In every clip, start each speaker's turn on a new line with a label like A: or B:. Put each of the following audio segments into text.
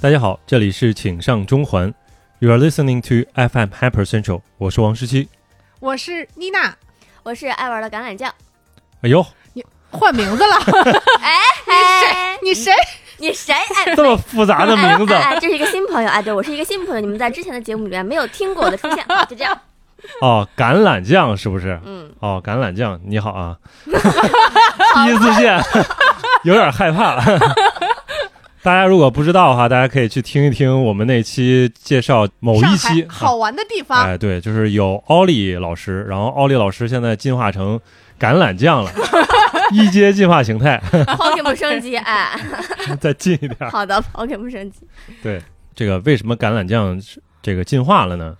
A: 大家好，这里是请上中环，You are listening to FM Hyper Central，我是王十七。
B: 我是妮娜，
C: 我是爱玩的橄榄酱。
A: 哎 呦，
B: 换名 字了，
C: 哎，
B: 你谁？
C: 你谁？哎，
A: 这么复杂的名字
C: 哎，哎这是一个新朋友啊！对，我是一个新朋友，你们在之前的节目里面没有听过我的出 现，好就这样。
A: 哦，橄榄酱是不是？
C: 嗯，
A: 哦，橄榄酱，你好 啊，第一次见，有点害怕。 大家如果不知道的话，大家可以去听一听我们那期介绍某一
B: 上
A: 期啊
B: 海好玩的地方，
A: 哎，对，就是有奥利老师，然后奥利老师现在进化成橄榄酱 了，一阶进化形态，
C: Pokemon 升级，哎，
A: 再近一点儿。
C: 好的，Pokemon 升级。
A: 对，这个为什么橄榄酱是这个进化了呢？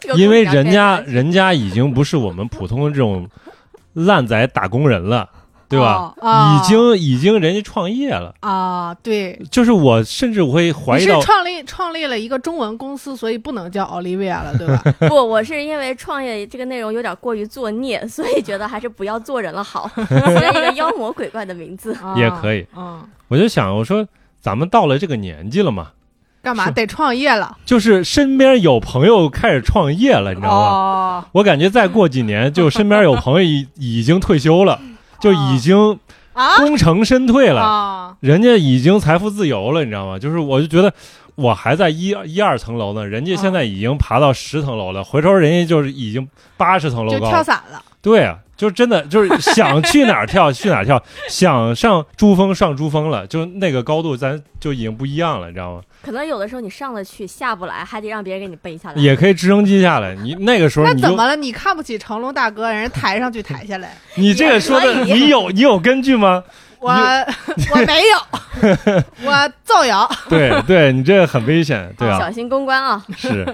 C: 这个
A: 因为
C: 故事要
A: 人家
C: 开始了
A: 人家已经不是我们普通的这种烂仔打工人了，对吧？
B: 哦哦
A: 已经已经人家创业了，
B: 啊，对，
A: 就是我甚至我会怀
B: 你
A: 疑
B: 是
A: 到，
B: 创立创立了一个中文公司，所以不能叫 Olivia 了，对 吧？
C: 不，我是因为创业这个内容有点过于作孽，所以觉得还是不要做人 了好，起了一个妖魔鬼怪的名字。
B: 啊
A: 也可以，
B: 嗯，
A: 我就想我说咱们到了这个年纪了嘛，
B: 干嘛
A: 是
B: 得创业了？
A: 就是身边有朋友开始创业了，你知道吗？
B: 哦，
A: 我感觉再过几年，就身边有朋友已已经退休了，就已经
B: 啊
A: 功成身退了。
B: 啊，
A: 人家已经财富自由了，你知道吗？就是我就觉得我还在一一二层楼呢，人家现在已经爬到十层楼了，回头人家就是已经八十层楼
B: 就
A: 高
B: 跳
A: 了。
B: 伞了，
A: 对啊，就真的就是想去哪儿跳 去哪儿跳，想上珠峰上珠峰了，就那个高度咱就已经不一样了，你知道吗？
C: 可能有的时候你上得去下不来，还得让别人给你背下来。
A: 也可以直升机下来，你那个时候
B: 嗯那
A: 你
B: 怎
A: 就
B: 么了？你看不起成龙大哥，人家抬上去抬下来，
A: 你这个说的
B: 啊
C: 也可以
A: 你有你有根据吗？
B: 我 我没有， 我造谣，
A: 对对，你这个很危险，对啊。
C: 小心公 关啊！
A: 是，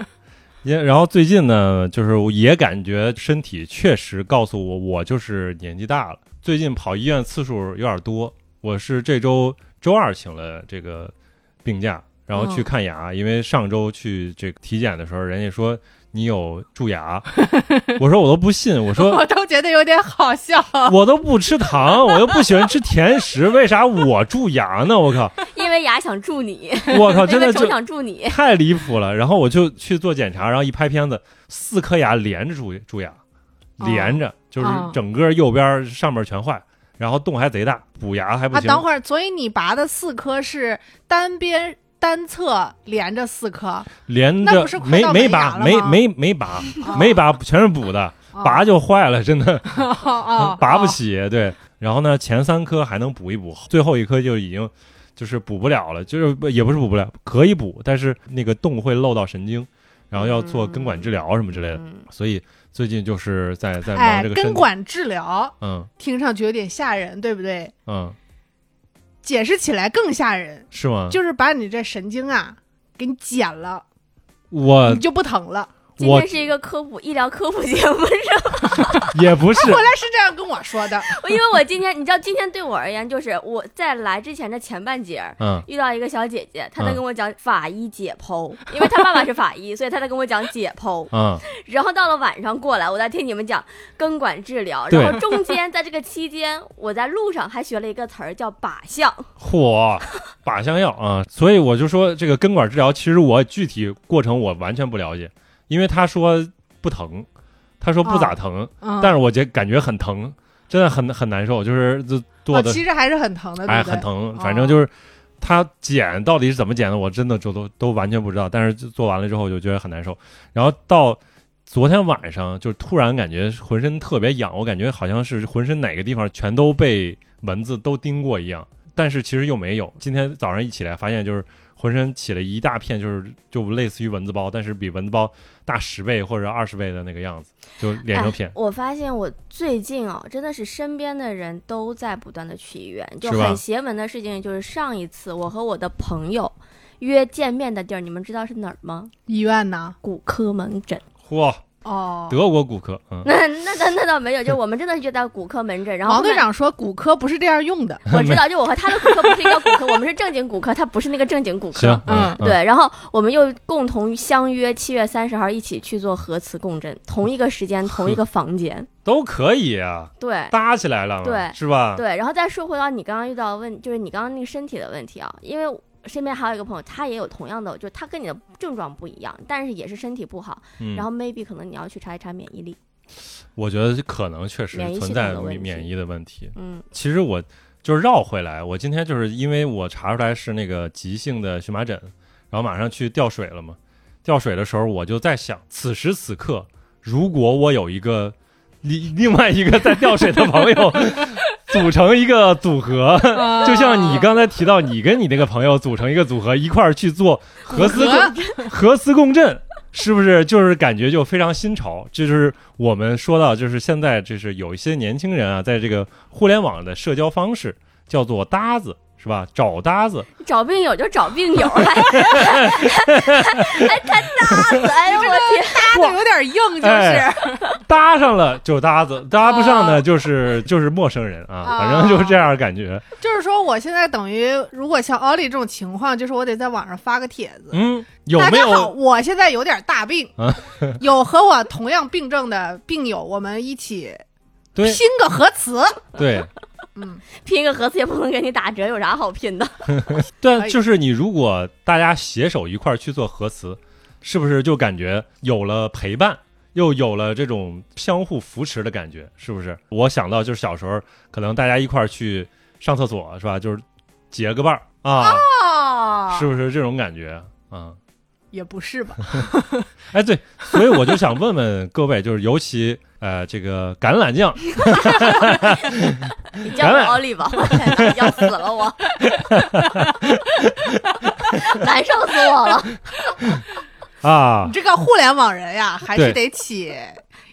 A: 也然后最近呢，就是我也感觉身体确实告诉我，我就是年纪大了。最近跑医院次数有点多，我是这周周二请了这个病假，然后去
B: 嗯
A: 看牙，因为上周去这个体检的时候，人家说你有蛀牙，我说我都不信，我 说
B: 我都觉得有点好笑。
A: 我都不吃糖，我又不喜欢吃甜食，为啥我蛀牙呢？我靠，
C: 因为牙想助你，
A: 我靠，
C: 因
A: 哦真
C: 为
A: 的
C: 虫
A: 就
C: 想助你。
A: 太离谱了。然后我就去做检查，然后一拍片子，四颗牙连着蛀蛀牙，
B: 哦
A: 连着、就是
B: 哦
A: 整个右边上面全坏，然后洞还贼大，补牙还不
B: 啊，
A: 行。
B: 等会儿，所以你拔的四颗是单边单侧连着四颗，
A: 连
B: 那
A: 着
B: 不是快
A: 没
B: 到
A: 没
B: 门牙
A: 拔，
B: 了
A: 没
B: 吗
A: 没没拔，
B: 哦
A: 没拔全是补的，
B: 哦
A: 拔就坏了，真的
B: 哦，
A: 拔不
B: 哦。
A: 起。对，然后呢，前三颗还能补一补，最后一颗就已经。就是补不了了，就是不也不是补不了，可以补，但是那个洞会漏到神经，然后要做根管治疗什么之类的。
C: 嗯
A: 所以最近就是在在忙
B: 哎
A: 这，个身
B: 根
A: 体，
B: 管治疗
A: 嗯
B: 听上去有点吓人，对不对？
A: 嗯，
B: 解释起来更吓人，
A: 是吗？
B: 就是把你这神经啊给你剪了，
A: 我
B: 你就不疼了。
C: 今
A: 我
C: 天是一个科普医疗科普节目，是吧？
A: 也不是，
B: 后来是这样跟 我说 的，
C: 我 因为我今天，你知道，今天对我而言，就是我在来之前的前半截儿。
A: 嗯，
C: 遇到一个小姐姐，她在
A: 嗯
C: 跟我讲法医解剖，因为她爸爸是法医，所以她在跟我讲解剖。
A: 嗯，
C: 然后到了晚上过来，我在听你们讲根管治疗。
A: 对
C: 然后中间在这个期间，我在路上还学了一个词儿叫靶向。
A: 嚯，靶向药啊、所以我就说这个根管治疗，其实我具体过程我完全不了解，因为他说不疼，他说不咋疼，
B: 嗯，
A: 但是我觉感觉很疼，真的很很难受，就是这做
B: 哦，
A: 的、
B: 其实还是很疼的，对哦
A: 哎
B: 不对？
A: 很疼，反正就是。他剪到底是怎么剪的，我真的就都都完全不知道。但是就做完了之后，我就觉得很难受。然后到昨天晚上，就突然感觉浑身特别痒，我感觉好像是浑身哪个地方全都被蚊子都叮过一样，但是其实又没有。今天早上一起来，发现就是浑身起了一大片，就是就类似于蚊子包，但是比蚊子包大十倍或者二十倍的那个样子，就脸上片
C: 哎。我发现我最近哦，真的是身边的人都在不断的去医院，就是
A: 吧
C: 很邪门的事情。就是上一次我和我的朋友约见面的地儿，你们知道是哪儿吗？
B: 医院呢？
C: 骨科门诊。
A: 嚯，
B: 哦，
A: 德国骨科， 嗯，
C: 那那那那倒没有，就我们真的是就在骨科门诊。然后
B: 王
C: 后
B: 队
C: 面
B: 长说骨科不是这样用的，
C: 我知道，就我和他的骨科不是一个骨科，我们是正经骨科，他不是那个正经骨
A: 行
C: 科。，
A: 嗯
B: 嗯，
A: 嗯
C: 对，然后我们又共同相约七月三十号一起去做核磁共振，同一个时间，同一个 房间。
A: 都可以啊。
C: 对，
A: 搭起来了嘛，
C: 对
A: 是吧？
C: 对，然后再说回到你刚刚遇到的问，就是你刚刚那个身体的问题啊，因为身边还有一个朋友，他也有同样的，就他跟你的症状不一样，但是也是身体不好，
A: 嗯，
C: 然后 maybe 可能你要去查一查免疫力，
A: 我觉得可能确实
C: 免疫系
A: 存
C: 统
A: 在
C: 的问
A: 免
C: 题
A: 免疫的问题。
C: 嗯
A: 其实我就是绕回来，我今天就是因为我查出来是那个急性的荨麻疹，然后马上去吊水了嘛。吊水的时候，我就在想，此时此刻，如果我有一个另另外一个在吊水的朋友，组成一个组合，就像你刚才提到，你跟你那个朋友组成一个组合，一块儿去做核磁共核磁共振，是不是就是感觉就非常新潮？这就是我们说到，就是现在就是有一些年轻人啊，在这个互联网的社交方式叫做搭子。是吧？找搭子，
C: 找病友就找病 友，哎还还还他搭子，哎呦我天，
B: 搭的有点硬，就是、
A: 哎搭上了就搭子，搭不上
B: 啊
A: 呢就是就是陌生人啊，反正就是这样感觉。
B: 就是说，我现在等于如果像奥利这种情况，就是我得在网上发个帖子。
A: 嗯，有啊
B: 大
A: 没
B: 家好，
A: 有？
B: 我现在有点大病，有和我同样病症的病友，我们一起
A: 哎对
B: 拼个核磁。
A: 对，
B: 嗯，
C: 拼个盒子也不能给你打折，有啥好拼的？
B: 可
A: 对，
B: 以
A: 就是你如果大家携手一块儿去做核磁，是不是就感觉有了陪伴，又有了这种相互扶持的感觉？是不是？我想到就是小时候，可能大家一块儿去上厕所，是吧？就是结个伴儿啊，
B: 哦，
A: 是不是这种感觉？啊，
B: 也不是吧？
A: 哎，对，所以我就想问问各位，就是尤其呃，这个橄榄酱，
C: 你叫我奥利吧，我天哪要死了我，难受死我了。
A: 啊
B: 你，这个互联网人呀，还
A: 对啊
B: 是得起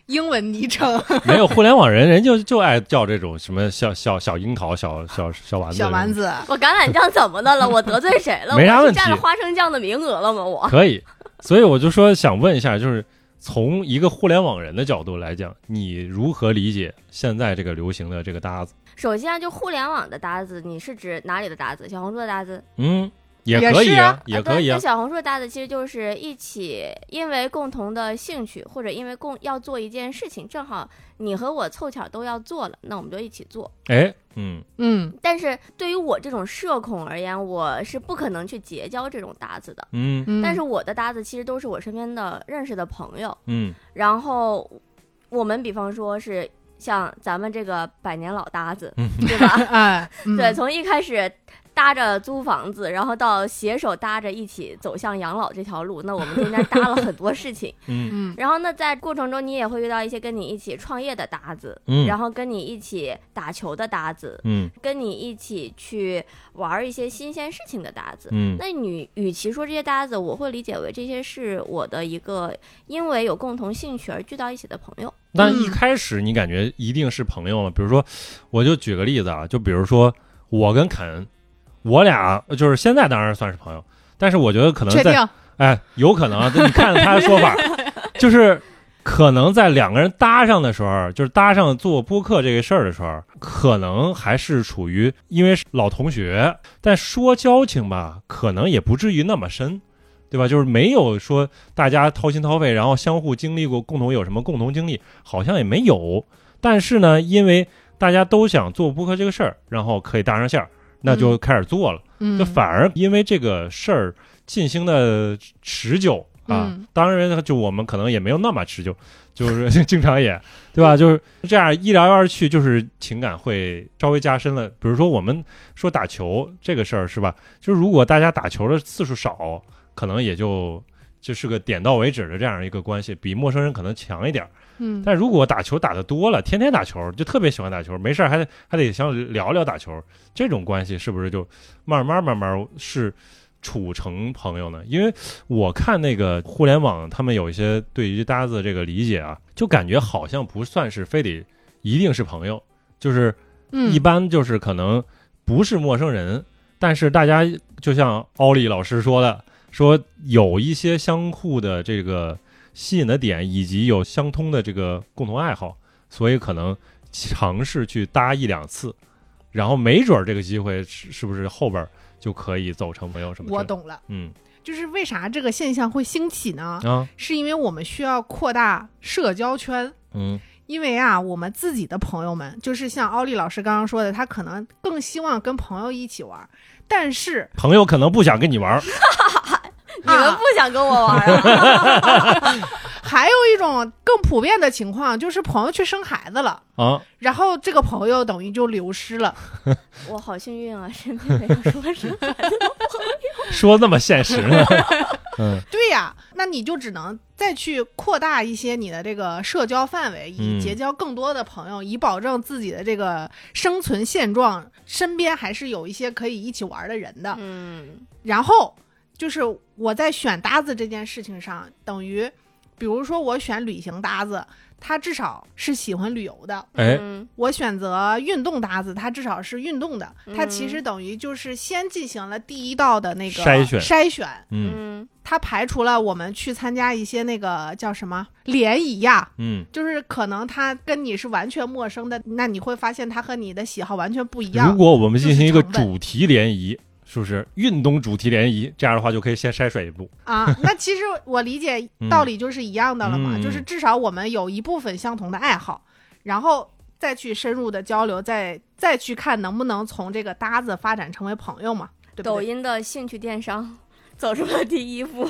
B: 英文昵称，
A: 没有互联网人，人就就爱叫这种什么小小小樱桃、小小小丸子、
B: 小丸子。
C: 我橄榄酱怎么的了？我得罪谁了？
A: 没啥
C: 我
A: 问
C: 是
A: 题
C: 占了花生酱的名额了吗？我
A: 可以，所以我就说想问一下，就是从一个互联网人的角度来讲，你如何理解现在这个流行的这个搭子？
C: 首先啊就互联网的搭子，你是指哪里的搭子？小红书的搭子？
A: 嗯，也
B: 也
A: 可以
B: 是
A: 啊
B: 啊，
A: 也
C: 啊对
A: 可以啊
C: 那，小红书的搭子其实就是一起，因为共同的兴趣或者因为共要做一件事情，正好你和我凑巧都要做了，那我们就一起做。
A: 哎，嗯，
B: 嗯，
C: 但是对于我这种社恐而言，我是不可能去结交这种搭子的。
A: 嗯
B: 嗯
C: 但是我的搭子其实都是我身边的认识的朋友，
A: 嗯
C: 然后我们比方说是像咱们这个百年老搭子，
A: 嗯
C: 对吧？
B: 哎，嗯
C: 对，从一开始搭着租房子，然后到携手搭着一起走向养老这条路，那我们中间搭了很多 事情。
A: 嗯
B: 嗯
C: 然后呢，在过程中你也会遇到一些跟你一起创业的搭子，
A: 嗯
C: 然后跟你一起打球的搭子，
A: 嗯
C: 跟你一起去玩一些新鲜事情的搭子。
A: 嗯
C: 那你与其说这些搭子，我会理解为这些是我的一个因为有共同兴趣而聚到一起的朋友。
A: 那
B: 嗯
A: 一开始你感觉一定是朋友吗？比如说，我就举个例子啊，就比如说我跟肯恩，我俩就是现在当然算是朋友，但是我觉得可能
B: 确
A: 在
B: 定
A: 哎，有可能啊，你看他的说法，就是可能在两个人搭上的时候，就是搭上做播客这个事儿的时候，可能还是处于因为是老同学，但说交情吧，可能也不至于那么深。对吧？就是没有说大家掏心掏肺，然后相互经历过共同有什么共同经历，好像也没有。但是呢，因为大家都想做播客这个事儿，然后可以搭上线儿，那就开始做了。
B: 嗯，
A: 就反而因为这个事儿进行的持久啊，
B: 嗯
A: 当然就我们可能也没有那么持久，就是 经常也对吧？就是这样一来二去，就是情感会稍微加深了。比如说我们说打球这个事儿是吧？就是如果大家打球的次数少，可能也就。就是个点到为止的这样一个关系，比陌生人可能强一点儿。
B: 嗯，
A: 但如果打球打得多了，天天打球，就特别喜欢打球，没事儿还得还得想聊聊打球，这种关系是不是就慢慢慢慢是处成朋友呢？因为我看那个互联网，他们有一些对于搭子这个理解啊，就感觉好像不算是非得一定是朋友，就是
B: 嗯
A: 一般就是可能不是陌生人，但是大家就像奥利老师说的，说有一些相互的这个吸引的点，以及有相通的这个共同爱好，所以可能尝试去搭一两次，然后没准儿这个机会是是不是后边儿就可以走成朋友什么？
B: 我，懂了。
A: 嗯
B: 就是为啥这个现象会兴起呢？
A: 啊，
B: 是因为我们需要扩大社交圈。
A: 嗯
B: 因为啊，我们自己的朋友们，就是像奥利老师刚刚说的，他可能更希望跟朋友一起玩儿，但是
A: 朋友可能不想跟你玩儿，
C: 你
A: 啊
C: 们不想跟我玩 啊？
B: 还有一种更普遍的情况，就是朋友去生孩子了，
A: 啊，
B: 然后这个朋友等于就流失了。
C: 我好幸运啊，身边没有说 是
A: 说那么现 实呢？嗯
B: 对呀、那你就只能再去扩大一些你的这个社交范围，
A: 嗯
B: 以结交更多的朋友，以保证自己的这个生存现状，身边还是有一些可以一起玩的人的。
C: 嗯，
B: 然后就是我在选搭子这件事情上，等于比如说我选旅行搭子，他至少是喜欢旅游的。
A: 哎
C: 嗯，
B: 我选择运动搭子，它至少是运动的，它
C: 嗯
B: 其实等于就是先进行了第一道的那个
A: 筛选
B: 筛选，
A: 嗯
C: 嗯，
B: 它排除了我们去参加一些那个叫什么联谊呀、
A: 嗯，
B: 就是可能他跟你是完全陌生的，那你会发现他和你的喜好完全不一
A: 如
B: 样。
A: 果我们进行一个
B: 就是成本
A: 主题联谊，是不是运动主题联谊？这样的话就可以先筛选一步，
B: 啊，那其实我理解
A: 嗯
B: 道理就是一样的了嘛，
A: 嗯
B: 就是至少我们有一部分相同的爱好，然后再去深入的交流，再再去看能不能从这个搭子发展成为朋友嘛，对不
C: 抖
B: 对？
C: 音的兴趣电商。 走出了第一步，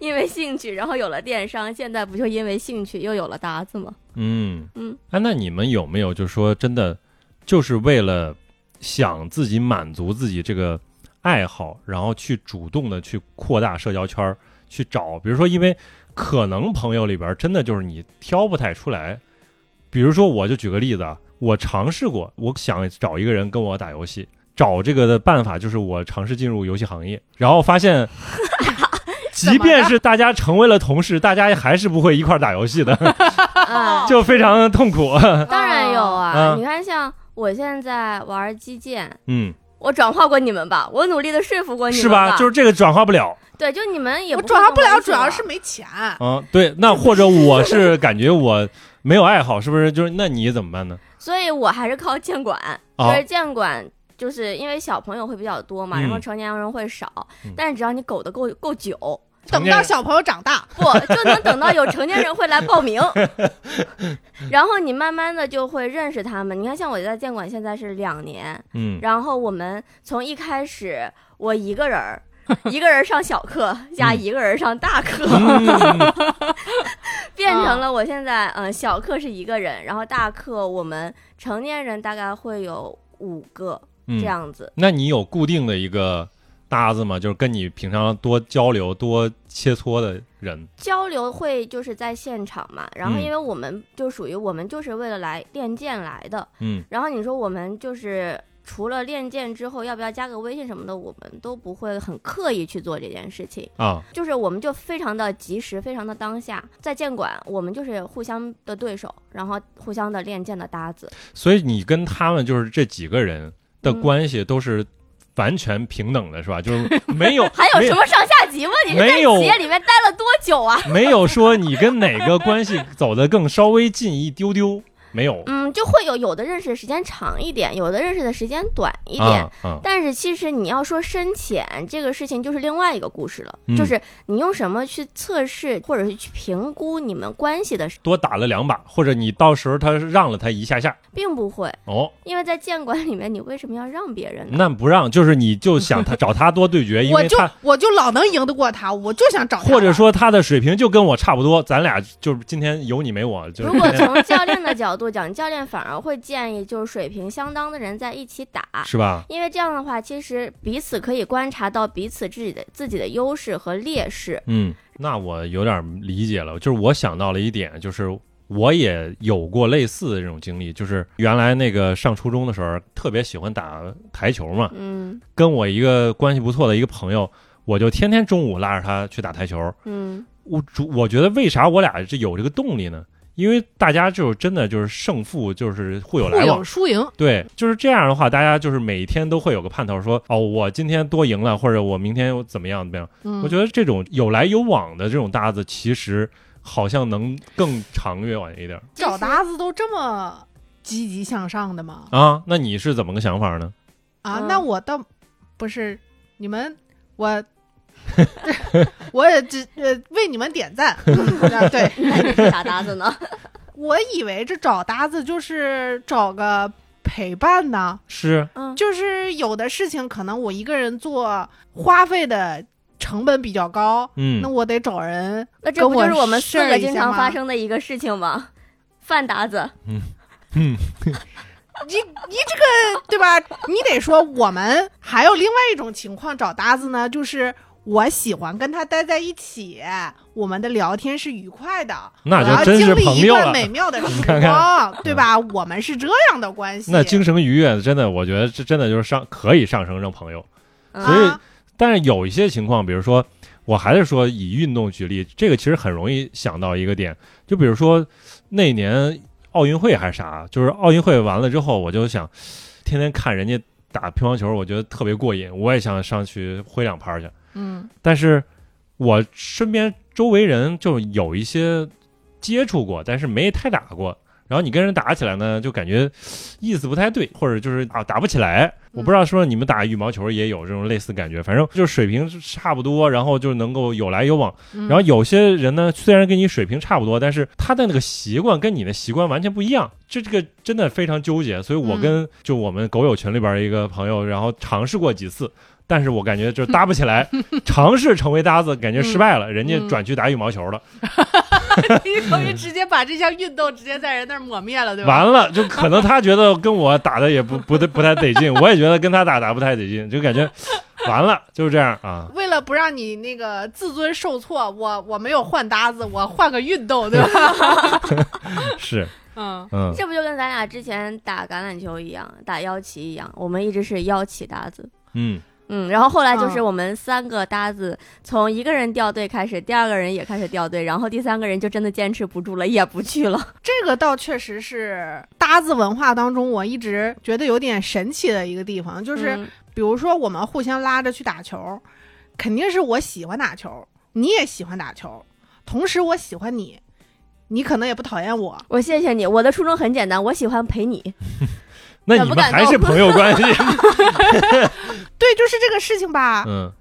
C: 因为兴趣，然后有了电商，现在不就因为兴趣又有了搭 子吗？
A: 嗯
C: 嗯，
A: 哎，那你们有没有就说真的，就是为了想自己满足自己这个爱好，然后去主动的去扩大社交圈儿，去找，比如说，因为可能朋友里边儿真的就是你挑不太出来，比如说，我就举个例子啊，我尝试过，我想找一个人跟我打游戏。找这个的办法就是我尝试进入游戏行业，然后发现，即便是大家成为了同事，大家还是不会一块儿打游戏的。
C: 啊，
A: 就非常痛 苦。
C: 当然有啊！
A: 啊
B: 嗯
C: 你看，像我现在玩击剑，
A: 嗯，
C: 我转化过你们吧，我努力的说服哦过你们
A: 是吧？就是这个转化不了。
C: 对，就你们也
B: 我
C: 会
B: 转化不
C: 跟我
B: 了，
C: 一起
B: 主要
C: 玩
B: 是没钱。
A: 嗯，对。那或者我是感觉我没有爱好，是不是？就是那你怎么办 呢？
C: 所以我还是靠监管，
A: 哦
C: 就是监管，就是因为小朋友会比较多嘛，
A: 嗯
C: 然后成年人会少，
A: 嗯
C: 但是只要你苟得够够久，
A: 成
B: 等
A: 年人
B: 到小朋友长大，
C: 不就能等到有成年人会来报 名，然后你慢慢的就会认识他们。你看，像我在监管现在是两年，
A: 嗯
C: 然后我们从一开始我一个人儿。一个人上小 课加
A: 嗯
C: 一个人上大课，
A: 嗯
C: 变成了我现在，嗯、呃，小课是一个人，然后大课我们成年人大概会有五个
A: 嗯
C: 这。样子。
A: 那你有固定的一个搭子吗？就是跟你平常多交流、多切磋的人。
C: 交流会就是在现场嘛，然后
A: 嗯
C: 因为我们就属于我们就是为了来练剑来的，
A: 嗯
C: 然后你说我们就是除了练剑之后，要不要加个微信什么的，我们都不会很刻意去做这件事情，
A: 啊，
C: 就是我们就非常的及时，非常的当下，在剑馆我们就是互相的对手，然后互相的练剑的搭子，
A: 所以你跟他们就是这几个人的
C: 嗯
A: 关系都是完全平等的，是吧？就是没有
C: 还有
A: 没
C: 什么上下级吗？你是在
A: 没有
C: 企业里面待了多久啊？
A: 没有说你跟哪个关系走得更稍微近一丢丢，没有。
C: 嗯，就会有有的认识的时间长一点，有的认识的时间短一点，
A: 啊啊，
C: 但是其实你要说深浅这个事情，就是另外一个故事了，
A: 嗯
C: 就是你用什么去测试或者是去评估你们关系的，
A: 多打了两把，或者你到时候他让了他一下下，
C: 并不会，
A: 哦，
C: 因为在剑馆里面，你为什么要让别人 呢？
A: 那不让就是你就想他找他多对决，因
B: 我
A: 为
B: 就
A: 他
B: 我就老能赢得过他，我就想找他玩。
A: 或者说他的水平就跟我差不多，咱俩就是今天有你没我，就
C: 如
A: 是
C: 果从教练的角度讲， 教练反而会建议就是水平相当的人在一起打，
A: 是吧？
C: 因为这样的话，其实彼此可以观察到彼此自己的自己的优势和劣势。
A: 嗯，那我有点理解了，就是我想到了一点，就是我也有过类似的这种经历，就是原来那个上初中的时候特别喜欢打台球嘛，
C: 嗯
A: 跟我一个关系不错的一个朋友，我就天天中午拉着他去打台球，
C: 嗯
A: 我主我觉得为啥我俩这有这个动力呢？因为大家就是真的就是胜负就是互有
B: 互
A: 来
B: 有
A: 往，
B: 输赢，
A: 对，就是这样的话，大家就是每天都会有个盼头说，哦，我今天多赢了，或者我明天又怎么样怎么样。
B: 嗯，
A: 我觉得这种有来有往的这种搭子，其实好像能更长远一点
B: 找搭子都这么积极向上的吗？
A: 啊。那你是怎么个想法呢？
B: 啊，
C: 嗯
B: 那我倒不是你们，我 我也只呃为你们点赞。啊对，
C: 那你是啥搭子呢？
B: 我以为这找搭子就是找个。陪伴呢？
A: 是
C: 嗯，
B: 就是有的事情可能我一个人做，花费的成本比较高，
A: 嗯
B: 那，我得找人
C: 那这不就是我们四
B: 跟我 share
C: 个
B: 一下
C: 经常发
B: 吗
C: 生的一个事情吗？饭达子，
B: 你你这个对吧？你得说我们还有另外一种情况找搭子呢，就是我喜欢跟他待在一起，我们的聊天是愉快的，
A: 那
B: 我要
A: 就真是
B: 啊经历
A: 朋
B: 一
A: 友
B: 段
A: 了。
B: 美妙的时
A: 看嗯
B: 光，对吧？我们是这样的关系。
A: 那精神愉悦，真的，我觉得这真的就是上可以上升成朋友。
C: 嗯
A: 所以
B: 啊、
A: 但是有一些情况，比如说，我还是说以运动举例，这个其实很容易想到一个点，就比如说那年奥运会还是啥，就是奥运会完了之后，我就想天天看人家打乒乓球，我觉得特别过瘾，我也想上去挥两拍去。
B: 嗯
A: 但是我身边周围人就有一些接触过，但是没太打过。然后你跟人打起来呢，就感觉意思不太对，或者就是啊打不起来。我不知道是不是你们打羽毛球也有这种类似感觉，反正就是水平是差不多，然后就能够有来有往。
B: 嗯，
A: 然后有些人呢，虽然跟你水平差不多，但是他的那个习惯跟你的习惯完全不一样，这这个真的非常纠结。所以我
B: 嗯
A: 跟、就我们狗友群里边的一个朋友，然后尝试过几次，但是我感觉就搭不起来， 尝试成为搭子，感觉失败
B: 嗯
A: 了，人家转去打羽毛球了，
B: 你等于直接把这项运动直接在人那儿抹灭了，对吧？
A: 完了就可能他觉得跟我打的也不 不得不太得劲，我也觉得跟他打打不太得劲，就感觉完了就是这样啊。
B: 为了不让你那个自尊受挫，我我没有换搭子，我换个运动，对吧？
A: 是，
B: 嗯
A: 嗯，
C: 这不就跟咱俩之前打橄榄球一样，打腰旗一样，我们一直是腰旗搭子。
A: 嗯，
C: 嗯，然后后来就是
B: 嗯
C: 我们三个搭子，从一个人掉队开始，第二个人也开始掉队，然后第三个人就真的坚持不住了，也不去了。
B: 这个倒确实是搭子文化当中，我一直觉得有点神奇的一个地方，就是
C: 嗯
B: 比如说我们互相拉着去打球，肯定是我喜欢打球，你也喜欢打球，同时我喜欢你，你可能也不讨厌我，
C: 我谢谢你，我的初衷很简单，我喜欢陪你。
A: 那
C: 敢
A: 你
C: 不
A: 们
C: 敢
A: 还
C: 动
A: 是朋友关系，
B: 对，就是这个事情吧。
A: 嗯。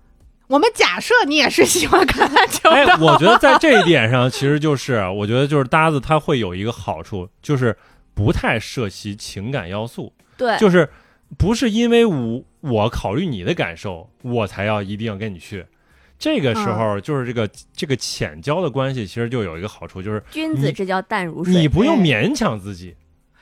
B: 我们假设你也是喜欢橄榄 球
A: 哎
B: 的，，
A: 我觉得在这一点上，其实就是我觉得就是搭子它会有一个好处，就是不太涉及情感要素，
B: 呃
C: 对，
A: 就是不是因为我我考虑你的感受，我才要一定跟你去。这个时
B: 嗯
A: 候就是这个、这个浅交的关系，其实就有一个好处，就是
C: 君
A: 你
C: 子之交淡如
A: 你
C: 水。
A: 不用
B: 对
A: 勉强自己。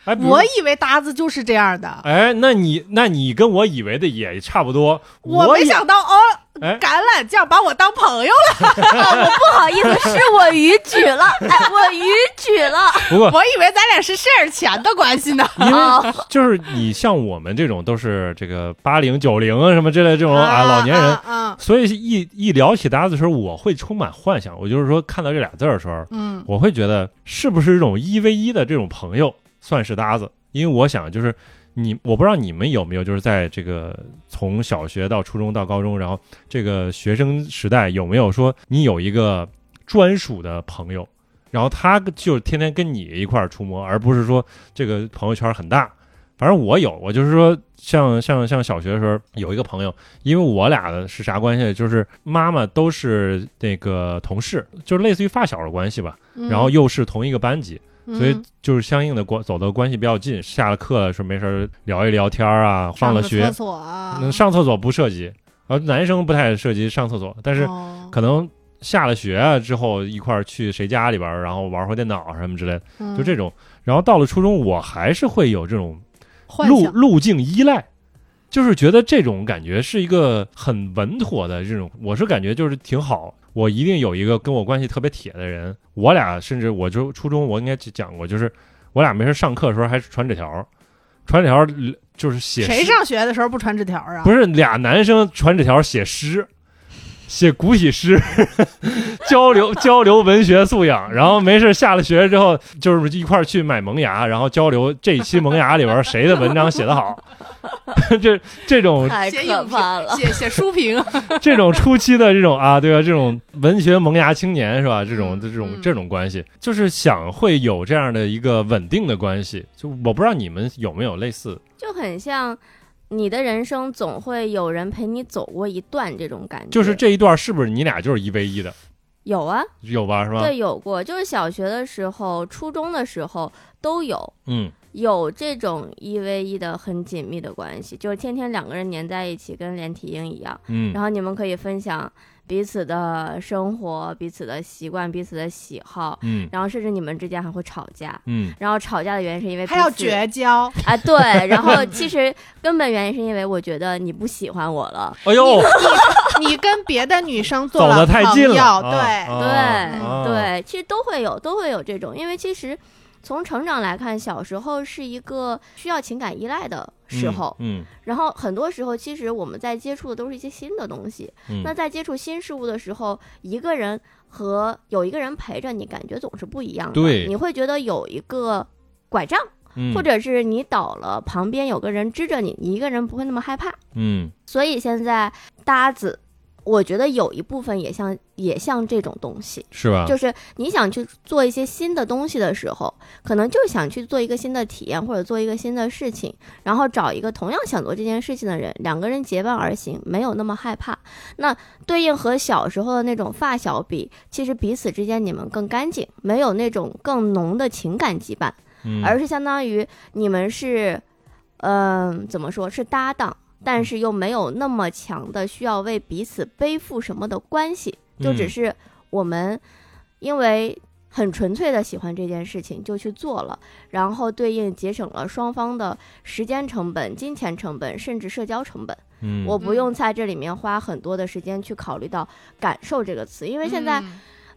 A: 哎，比如
B: 我以为搭子就是这样的，
A: 哎，那你那你跟我以为的也差不多。
B: 我
A: 也
B: 没想到哦，
A: 哎
B: 橄榄酱把我当朋友了，
C: 不好意思，是我逾矩了，哎，我逾矩了。
A: 不过
B: 我以为咱俩是 share 钱的关系呢。
A: 因为
C: 哦
A: 就是你像我们这种都是这个八零九零啊什么之类这种
B: 啊
A: 啊老年人，
B: 啊，
A: 所以一一聊起搭子的时候，我会充满幻想。我就是说，看到这俩字儿的时候，
B: 嗯
A: 我会觉得是不是这种一 v 一的这种朋友算是搭子？因为我想就是你，我不知道你们有没有就是在这个从小学到初中到高中，然后这个学生时代有没有说你有一个专属的朋友，然后他就天天跟你一块儿出没，而不是说这个朋友圈很大。反正我有，我就是说，像像像小学的时候有一个朋友，因为我俩的是啥关系？就是妈妈都是那个同事，就是类似于发小的关系吧。
B: 嗯，
A: 然后又是同一个班级，
B: 嗯
A: 所以就是相应的关走的关系比较近。下了课是没事儿聊一聊天儿啊，放了
B: 上
A: 学
B: 个厕所啊，
A: 嗯上厕所不涉及，而男生不太涉及上厕所，但是
B: 哦
A: 可能下了学啊之后一块儿去谁家里边儿，然后玩会儿电脑啊什么之类的，就这
B: 嗯
A: 种。然后到了初中，我还是会有这种
B: 幻
A: 路
B: 想
A: 路径依赖，就是觉得这种感觉是一个很稳妥的这种，我是感觉就是挺好。我一定有一个跟我关系特别铁的人，我俩甚至我就初中我应该讲过，就是我俩没事上课的时候还是传纸条儿，传纸条儿就是写诗
B: 谁上学的时候不传纸条啊？
A: 不
B: 是，
A: 是俩男生传纸条写诗， 写古体诗， 交流 交流文学素养。然后没事下了学之后，就是一块儿去买萌芽，然后交流这一期萌芽里边谁的文章写得好。 这这种
C: 太
B: 写
C: 可
B: 影
C: 怕
B: 评，
C: 了。
B: 写写书 评，
A: 这种初期的这种啊，对吧？这种文学萌芽青年是吧？这种
B: 嗯
A: 这种
B: 嗯
A: 这种关系，就是想会有这样的一个稳定的关系。就我不知道你们有没有类似，
C: 就很像你的人生总会有人陪你走过一段这种感觉。
A: 就是这一段是不是你俩就是一 v 一的？
C: 有啊，
A: 有吧？是吧？
C: 对，有过，就是小学的时候、初中的时候都有。
A: 嗯
C: 有这种一 v 一的很紧密的关系，就是天天两个人粘在一起，跟连体婴一样。
A: 嗯
C: 然后你们可以分享彼此的生活、彼此的习惯、彼此的喜好，
A: 嗯
C: 然后甚至你们之间还会吵架。
A: 嗯
C: 然后吵架的原因是因为
B: 还要
C: 彼此
B: 绝 交，
C: 啊，对。然后其实根本原因是因为我觉得你不喜欢我了，
A: 哎呦，
B: 你跟别的 女生做
A: 走
B: 了
A: 得太近了，
B: 朋友
A: 啊
B: 对，
A: 啊
C: 对、
A: 啊
C: 对，其实都会有都会有这种，因为其实从成长来看，小时候是一个需要情感依赖的时候，
A: 嗯
C: 然后很多时候其实我们在接触的都是一些新的东西。
A: 嗯，
C: 那在接触新事物的时候，一个人和有一个人陪着你，感觉总是不一样的。
A: 对
C: 你会觉得有一个拐杖，
A: 嗯
C: 或者是你倒了，旁边有个人支着你，你一个人不会那么害怕。
A: 嗯
C: 所以现在搭子，我觉得有一部分也像也像这种东西，
A: 是吧？
C: 就是你想去做一些新的东西的时候，可能就想去做一个新的体验或者做一个新的事情，然后找一个同样想做这件事情的人，两个人结伴而行，没有那么害怕。那对应和小时候的那种发小比，其实彼此之间你们更干净，没有那种更浓的情感羁绊，
A: 嗯
C: 而是相当于你们是，嗯、怎么说是搭档。但是又没有那么强的需要为彼此背负什么的关系，就只
A: 嗯
C: 是我们因为很纯粹的喜欢这件事情就去做了，然后对应节省了双方的时间成本、金钱成本，甚至社交成本。
A: 嗯
C: 我不用在这里面花很多的时间去考虑到“感受”这个词，因
B: 因
C: 为现在，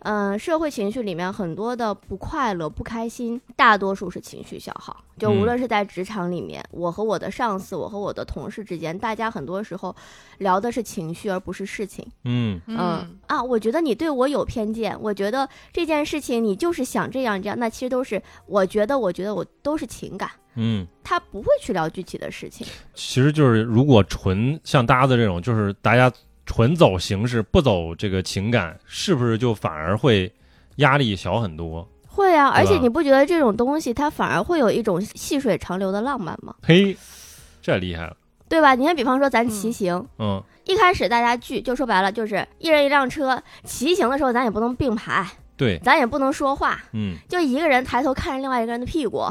C: 嗯、呃社会情绪里面很多的不快乐、不开心，大多数是情绪消耗。就
A: 嗯
C: 无论是在职场里面，我和我的上司、我和我的同事之间，大家很多时候聊的是情绪，而不是事情。
A: 嗯
C: 嗯啊，我觉得你对我有偏见，我觉得这件事情你就是想这样这样，那其实都是我觉得，我觉得我都是情感，
A: 嗯，
C: 他不会去聊具体的事情。
A: 其实就是如果纯像搭子这种，就是大家纯走形式不走这个情感，是不是就反而会压力小很多？
C: 会啊，而
A: 对
C: 且
A: 吧
C: 你不觉得这种东西它反而会有一种细水长流的浪漫吗？
A: 嘿，这厉害了，
C: 对吧？你看，比方说咱
B: 嗯
C: 骑行。
A: 嗯
C: 一开始大家聚，就说白了就是一人一辆车。骑行的时候，咱也不能并排，
A: 对，
C: 咱也不能说话，
A: 嗯
C: 就一个人抬头看着另外一个人的 屁股，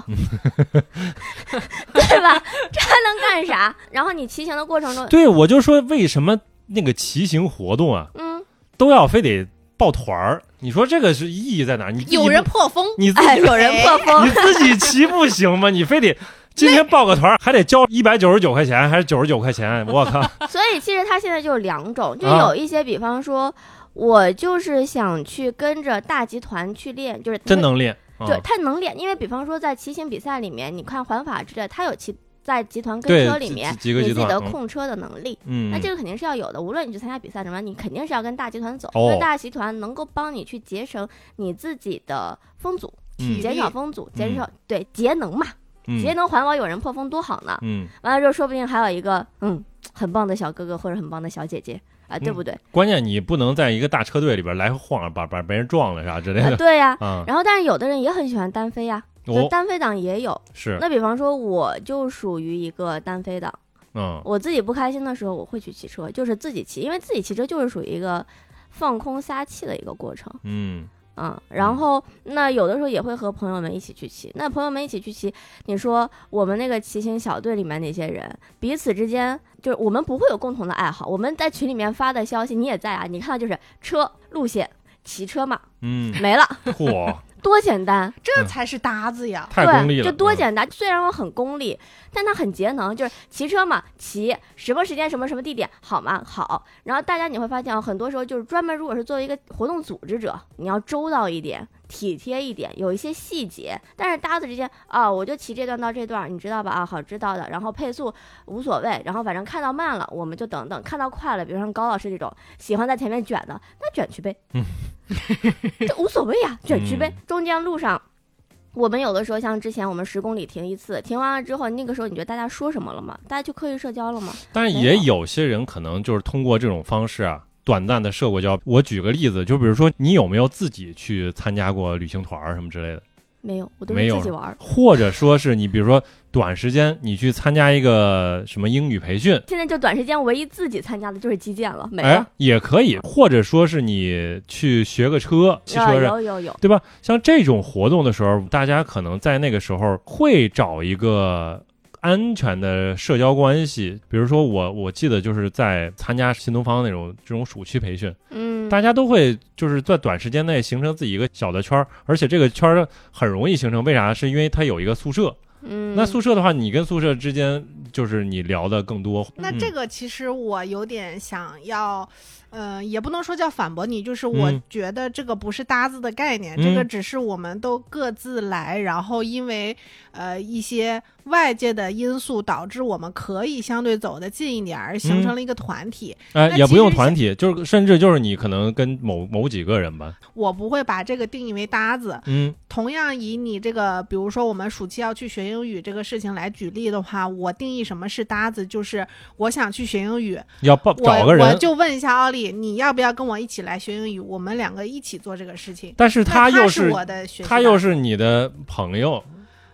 C: 对吧？这还能干啥？然后你骑行的过程中，
A: 对，我就说为什么那个骑行活动啊
C: 嗯，
A: 都要非得抱团儿？你说这个是意义在哪儿？你自己
B: 有
A: 不
B: 人破风，
A: 你自己、
C: 哎，有人破
A: 你
C: 风，
A: 自己骑不行吗？你非 得今天报个团儿还得交一百九十九块钱还是九十九块钱？我 靠！
C: 所以其实它现在就有两种，就
A: 啊
C: 有一些，比方说，我就是想去跟着大集团去练，就是
A: 真。能 练。啊
C: 对，他能练，因为比方说在骑行比赛里面，你看环法之类，他有骑在集团
A: 对
C: 跟车里
A: 几
C: 面，
A: 几个集
C: 你自己
A: 团
C: 的
A: 嗯
C: 控车的能力，
A: 嗯，
C: 那这个肯定是要有的。无论你去参加比赛什么，你肯定是要跟大集团走，
A: 哦
C: 因为大集团能够帮你去节省你自己的风阻，
A: 嗯
C: 减少风阻，减少对节能嘛，
A: 嗯
C: 节能环保，有人破风多好呢。
A: 嗯，
C: 完了之后，说不定还有一个嗯很棒的小哥哥或者很棒的小姐姐啊，
A: 嗯
C: 对不对？
A: 关键你不能在一个大车队里边来回晃，啊把把别人撞了啥之类
C: 啊，
A: 的
C: 对呀、
A: 啊。
C: 然后，但是有的人也很喜欢单飞呀、就
A: 我
C: 单飞党也有。
A: 是
C: 那比方说，我就属于一个单飞党。
A: 嗯
C: 我自己不开心的时候，我会去骑车，就是自己骑，因为自己骑车就是属于一个放空撒气的一个过程
A: 嗯
C: 啊、
A: 嗯
C: 然后那有的时候也会和朋友们一起去骑，那朋友们一起去骑，你说我们那个骑行小队里面那些人，彼此之间就是我们不会有共同的爱好，我们在群里面发的消息你也在啊，你看到就是车路线。骑车嘛，
A: 嗯，
C: 没了，
A: 嚯，
C: 多简单，
B: 这
A: 嗯
B: 才是搭子呀。
A: 太功利了，
C: 对，就多
A: 嗯
C: 简单。虽然我很功利，但它很节能，就是骑车嘛，骑什么时间、什么什么地点，好吗？好。然后大家你会发现啊，很多时候就是专门，如果是作为一个活动组织者，你要周到一点。体贴一点，有一些细节，但是搭子之间啊，我就骑这段到这段，你知道吧？啊，好知道的。然后配速无所谓，然后反正看到慢了我们就等等，看到快了，比如像高老师这种喜欢在前面卷的，那卷去呗，
A: 嗯
C: 这无所谓呀，卷去呗。中间路上我们有的时候像之前我们十公里停一次，停完了之后，那个时候你觉得大家说什么了吗？大家去刻意社交了吗？
A: 但是
C: 没
A: 也
C: 有
A: 有些人可能就是通过这种方式啊，短暂的社过交。我举个例子，就比如说你有没有自己去参加过旅行团儿什么之类的？
C: 没有，我都
A: 没
C: 是
A: 有
C: 自己玩儿。
A: 或者说是你比如说短时间你去参加一个什么英语培训，
C: 现在就短时间唯一自己参加的就是击剑了，没
A: 哎
C: 了。，
A: 也可以，或者说是你去学个车，汽
C: 啊，
A: 车上。
C: 有有有，
A: 对吧？像这种活动的时候，大家可能在那个时候会找一个安全的社交关系。比如说我，我记得就是在参加新东方那种这种暑期培训，
C: 嗯，
A: 大家都会就是在短时间内形成自己一个小的圈儿，而且这个圈儿很容易形成。为啥？是因为它有一个宿舍。
C: 嗯，
A: 那宿舍的话，你跟宿舍之间就是你聊的更多。
B: 那
A: 嗯
B: 这个其实我有点想要，呃，也不能说叫反驳你，就是我
A: 嗯
B: 觉得这个不是搭子的概念，
A: 嗯
B: 这个只是我们都各自来，然后因为呃一些外界的因素导致我们可以相对走得近一点，而
A: 嗯
B: 形成了一个团体。
A: 哎、
B: 那
A: 也
B: 其
A: 不用
B: 实
A: 团体，就是甚至就是你可能跟某某几个人吧，
B: 我不会把这个定义为搭子。
A: 嗯
B: 同样以你这个，比如说我们暑期要去学英语这个事情来举例的话，我定义什么是搭子，就是我想去学英语，
A: 要报
B: 我
A: 找个
B: 我
A: 人。
B: 就问一下奥利，你要不要跟我一起来学英语？我们两个一起做这个事情。
A: 但是
B: 那他
A: 又
B: 是
A: 是
B: 我的学习
A: 他
B: 搭
A: 又
B: 子
A: 是你的朋友，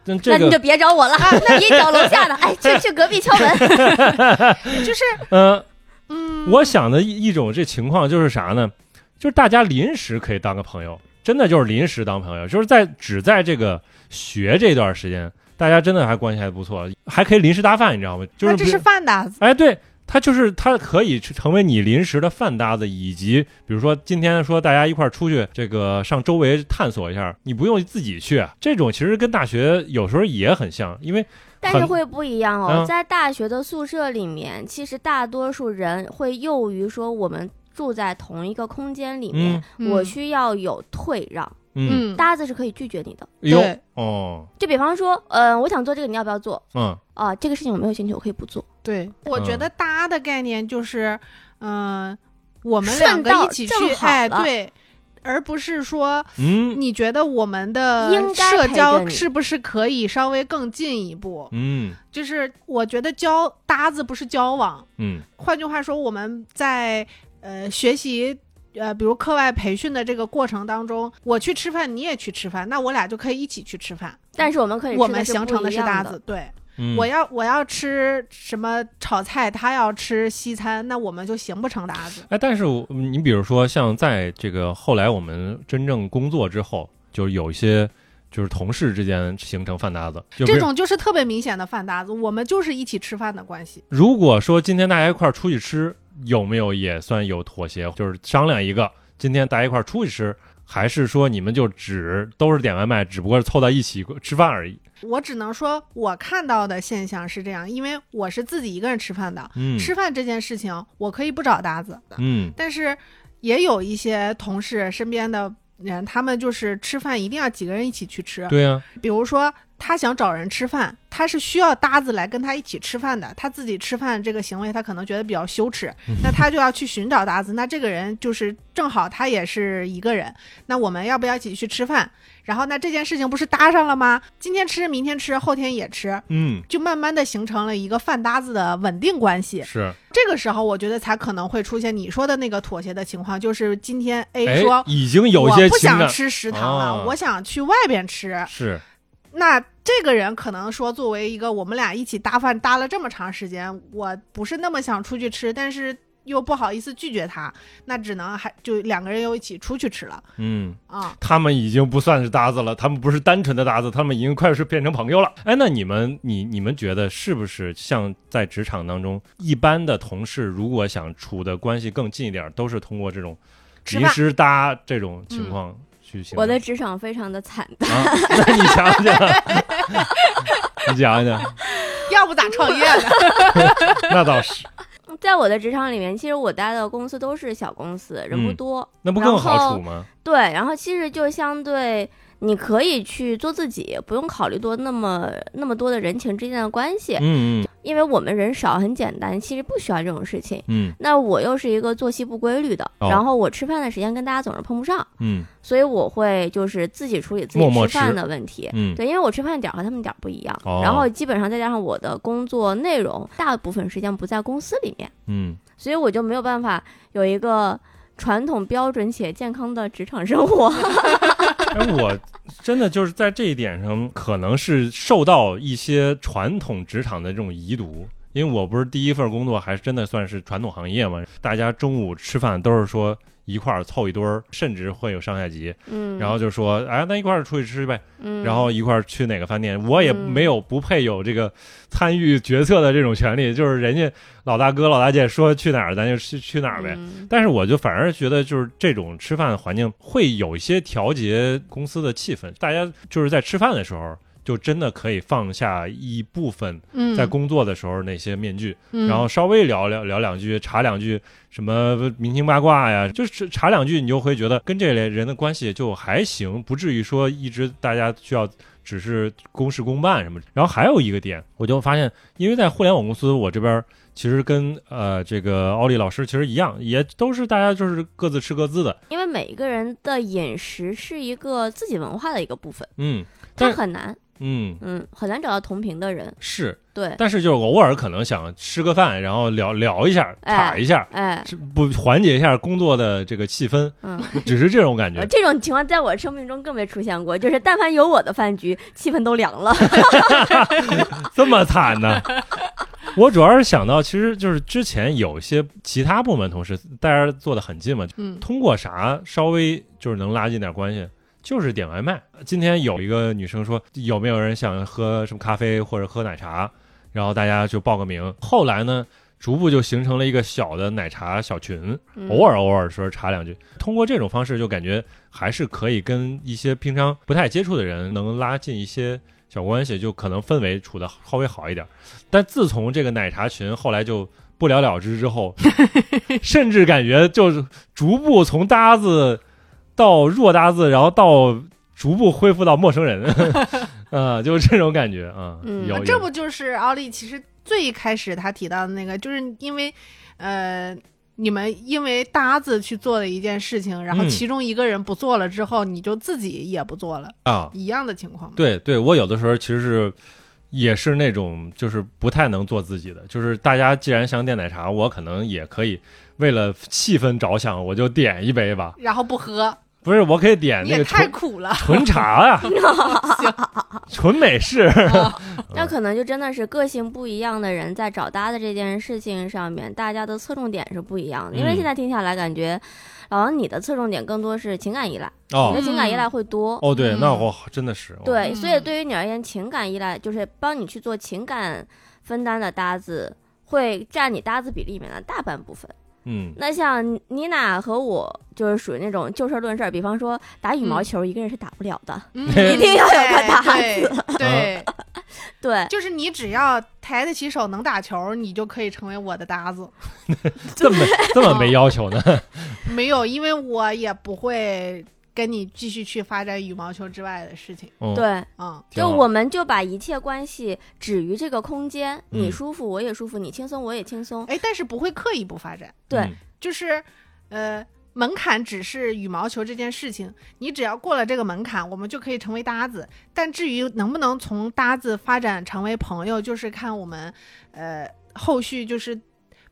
A: 那
C: 那
A: 这
C: 你就
A: 个
C: 别 找我了，那你找楼下的，哎，去去隔壁敲门。
B: 就是
A: 呃，
B: 嗯，
A: 我想的一一种这情况就是啥呢？就是大家临时可以当个朋友，真的就是临时当朋友，就是在只在这个学这段时间，大家真的还关系还不错，还可以临时搭饭，你知道吗？就
B: 那
A: 是
B: 这
A: 比
B: 是饭搭子，
A: 哎，对。他就是他可以成为你临时的饭搭子，以及比如说今天说大家一块儿出去这个上周围探索一下，你不用自己去，啊这种其实跟大学有时候也很像，因为
C: 但是
A: 很
C: 会不一样哦，
A: 嗯
C: 在大学的宿舍里面，其实大多数人会囿于说我们住在同一个空间里面，
B: 嗯
C: 我
B: 嗯
C: 需要有退让，
A: 嗯，
B: 嗯，
C: 搭子是可以拒绝你的。
A: 哎呦
B: 对
A: 哦，
C: 就比方说，嗯、我想做这个，你要不要做？
A: 嗯
C: 啊、这个事情我没有兴趣，我可以不做。
B: 对，我觉
A: 嗯
B: 得搭的概念就是，嗯、我们
C: 顺
B: 两个
C: 道
B: 一起去
C: 正，好
B: 哎，
C: 了
B: 对。而不是说
A: 嗯
B: 你觉得我们的
C: 应该
B: 社
C: 陪着
B: 交
C: 你
B: 是不是可以稍微更进一步？
A: 嗯
B: 就是我觉得交搭子不是交往，
A: 嗯
B: 换句话说，我们在呃学习呃，比如课外培训的这个过程当中，我去吃饭，你也去吃饭，那我俩就可以一起去吃饭。
C: 但是我们可以
B: 我
C: 吃
B: 们
C: 的是
B: 形
C: 不
B: 成的
C: 一
B: 是
C: 样
B: 搭
C: 的
B: 子，对，
A: 嗯，
B: 我要我要吃什么炒菜，他要吃西餐，那我们就形不成搭子。
A: 哎，但是我你比如说，像在这个后来我们真正工作之后，就是有一些就是同事之间形成饭搭子，就比
B: 这
A: 如
B: 种就是特别明显的饭搭子，我们就是一起吃饭的关系。
A: 如果说今天大家一块儿出去吃，有没有也算有妥协？就是商量一个，今天大家一块儿出去吃，还是说你们就只都是点外卖，只不过是凑到一起吃饭而已？
B: 我只能说，我看到的现象是这样，因为我是自己一个人吃饭的，
A: 嗯
B: 吃饭这件事情我可以不找搭子，
A: 嗯
B: 但是也有一些同事身边的人，他们就是吃饭一定要几个人一起去吃。
A: 对啊呀、
B: 比如说，他想找人吃饭，他是需要搭子来跟他一起吃饭的。他自己吃饭这个行为，他可能觉得比较羞耻，
A: 嗯
B: 那他就要去寻找搭子。那这个人就是正好他也是一个人，那我们要不要一起去吃饭？然后那这件事情不是搭上了吗？今天吃，明天吃，后天也吃。
A: 嗯
B: 就慢慢的形成了一个饭搭子的稳定关系，
A: 是。
B: 这个时候，我觉得才可能会出现你说的那个妥协的情况，就是今天 A
A: 哎
B: 说，
A: 已经有一些
B: 我不
A: 情
B: 想
A: 感
B: 吃食堂了，
A: 啊
B: 我想去外边吃。
A: 是
B: 那这个人可能说，作为一个我们俩一起搭饭搭了这么长时间，我不是那么想出去吃，但是又不好意思拒绝他，那只能还就两个人又一起出去吃了
A: 嗯。
B: 啊。
A: 他们已经不算是搭子了，他们不是单纯的搭子，他们已经快是变成朋友了。哎，那你们，你你们觉得是不是像在职场当中，一般的同事如果想处的关系更近一点，都是通过这种
B: 吃
A: 临
B: 饭
A: 时搭这种情况去形成？
C: 我的职场非常的惨 淡，
A: 啊， 那你讲讲， 你讲讲，
B: 要不咋创业呢？
A: 那倒是，
C: 在我的职场里面，其实我待的公司都是小公司，人不
A: 嗯
C: 多。
A: 那不更好处吗？
C: 对，然后其实就相对你可以去做自己，不用考虑多那么那么多的人情之间的关系，
A: 嗯
C: 因为我们人少很简单，其实不需要这种事情。
A: 嗯
C: 那我又是一个作息不规律的，
A: 哦
C: 然后我吃饭的时间跟大家总是碰不上，
A: 嗯
C: 所以我会就是自己处理自
A: 默
C: 己
A: 默
C: 吃
A: 吃
C: 饭的问题。
A: 嗯嗯，
C: 对，因为我吃饭点儿和他们点儿不一样，
A: 哦
C: 然后基本上再加上我的工作内容，大部分时间不在公司里面，
A: 嗯，
C: 所以我就没有办法有一个传统标准且健康的职场生活。
A: 哎，我真的就是在这一点上，可能是受到一些传统职场的这种遗毒。因为我不是第一份工作，还真的算是传统行业嘛，大家中午吃饭都是说一块儿凑一堆儿，甚至会有上下级，
C: 嗯，
A: 然后就说，哎，那一块儿出去吃呗，
C: 嗯，
A: 然后一块儿去哪个饭店，我也
C: 嗯
A: 没有不配有这个参与决策的这种权利，就是人家老大哥老大姐说去哪儿，咱就去去哪儿呗。
C: 嗯
A: 但是我就反而觉得，就是这种吃饭环境会有一些调节公司的气氛，大家就是在吃饭的时候，就真的可以放下一部分
B: 嗯，
A: 在工作的时候那些面具，
B: 嗯，
A: 然后稍微聊聊聊两句，查两句什么明星八卦呀，就是查两句，你就会觉得跟这类人的关系就还行，不至于说一直大家需要只是公事公办什么。然后还有一个点，我就发现，因为在互联网公司，我这边其实跟呃这个奥利老师其实一样，也都是大家就是各自吃各自的，
C: 因为每一个人的饮食是一个自己文化的一个部分，
A: 嗯
C: 他
A: 但
C: 很难，
A: 嗯
C: 嗯，很难找到同频的人，
A: 是，
C: 对，
A: 但是就是偶尔可能想吃个饭，然后聊聊一下，
C: 哎
A: 岔一下。
C: 哎，
A: 这不缓解一下工作的这个气氛，
C: 嗯。
A: 只是这种感觉
C: 呃，。这种情况在我生命中更没出现过， 就是但凡有我的饭局，气氛都凉 了。
A: 这么惨呢？我主要是想到，其实就是之前有一些其他部门同事，大家坐得很近嘛，
B: 嗯
A: 通过啥稍微就是能拉近点关系，就是点外卖。今天有一个女生说，有没有人想喝什么咖啡或者喝奶茶？然后大家就报个名。后来呢，逐步就形成了一个小的奶茶小群，
C: 嗯
A: 偶尔偶尔说查两句。通过这种方式，就感觉还是可以跟一些平常不太接触的人能拉近一些小关系，就可能氛围处的稍微好一点。但自从这个奶茶群后来就不了了之之后，甚至感觉就是逐步从搭子到弱搭子，然后到逐步恢复到陌生人，呃，就是这种感觉啊。
C: 嗯
A: 有
B: 啊
A: 有
B: 这不就是奥利？其实最一开始他提到的那个，就是因为，呃，你们因为搭子去做了一件事情，然后
A: 嗯
B: 其中一个人不做了之后，你就自己也不做了，
A: 啊，
B: 一样的情况嘛。
A: 对对，我有的时候其实是也是那种就是不太能做自己的，就是大家既然想点奶茶，我可能也可以为了气氛着想，我就点一杯吧。
B: 然后不喝，
A: 不是，我可以点哎
B: 你
A: 那个
B: 也太
A: 纯
B: 苦了。
A: 纯茶呀、 纯美式。嗯
C: 那可能就真的是个性不一样的人在找搭的这件事情上面，大家的侧重点是不一样的。因为
A: 嗯
C: 现在听下来，感觉老王你的侧重点更多是情感依赖，你
A: 哦
C: 的情感依赖会多。
A: 哦，对，那
B: 嗯
A: 我真的是哦
C: 嗯对，所以
B: 嗯
C: 对于你而言，情感依赖就是帮你去做情感分担的搭子，会占你搭子比例里面的大半部分。
A: 嗯
C: 那像妮娜和我就是属于那种就事论事儿，比方说打羽毛
B: 嗯
C: 球，一个人是打不了的。
B: 嗯
A: 一
C: 定要有个搭子
B: 对对对，
C: 对，
B: 就是你只要抬得起手能打球，你就可以成为我的搭子。
A: 这么这么没要 求呢？
B: 没有，因为我也不会跟你继续去发展羽毛球之外的事情
A: 嗯，
C: 对，
B: 啊。
A: 挺
C: 就
A: 好
C: 我们就把一切关系止于这个空间，你
A: 嗯
C: 舒服我也舒服，你轻松我也轻松。
B: 哎，但是不会刻意不发展，
C: 对
A: 嗯
B: 就是呃，门槛只是羽毛球这件事情，你只要过了这个门槛，我们就可以成为搭子。但至于能不能从搭子发展成为朋友，就是看我们呃后续就是，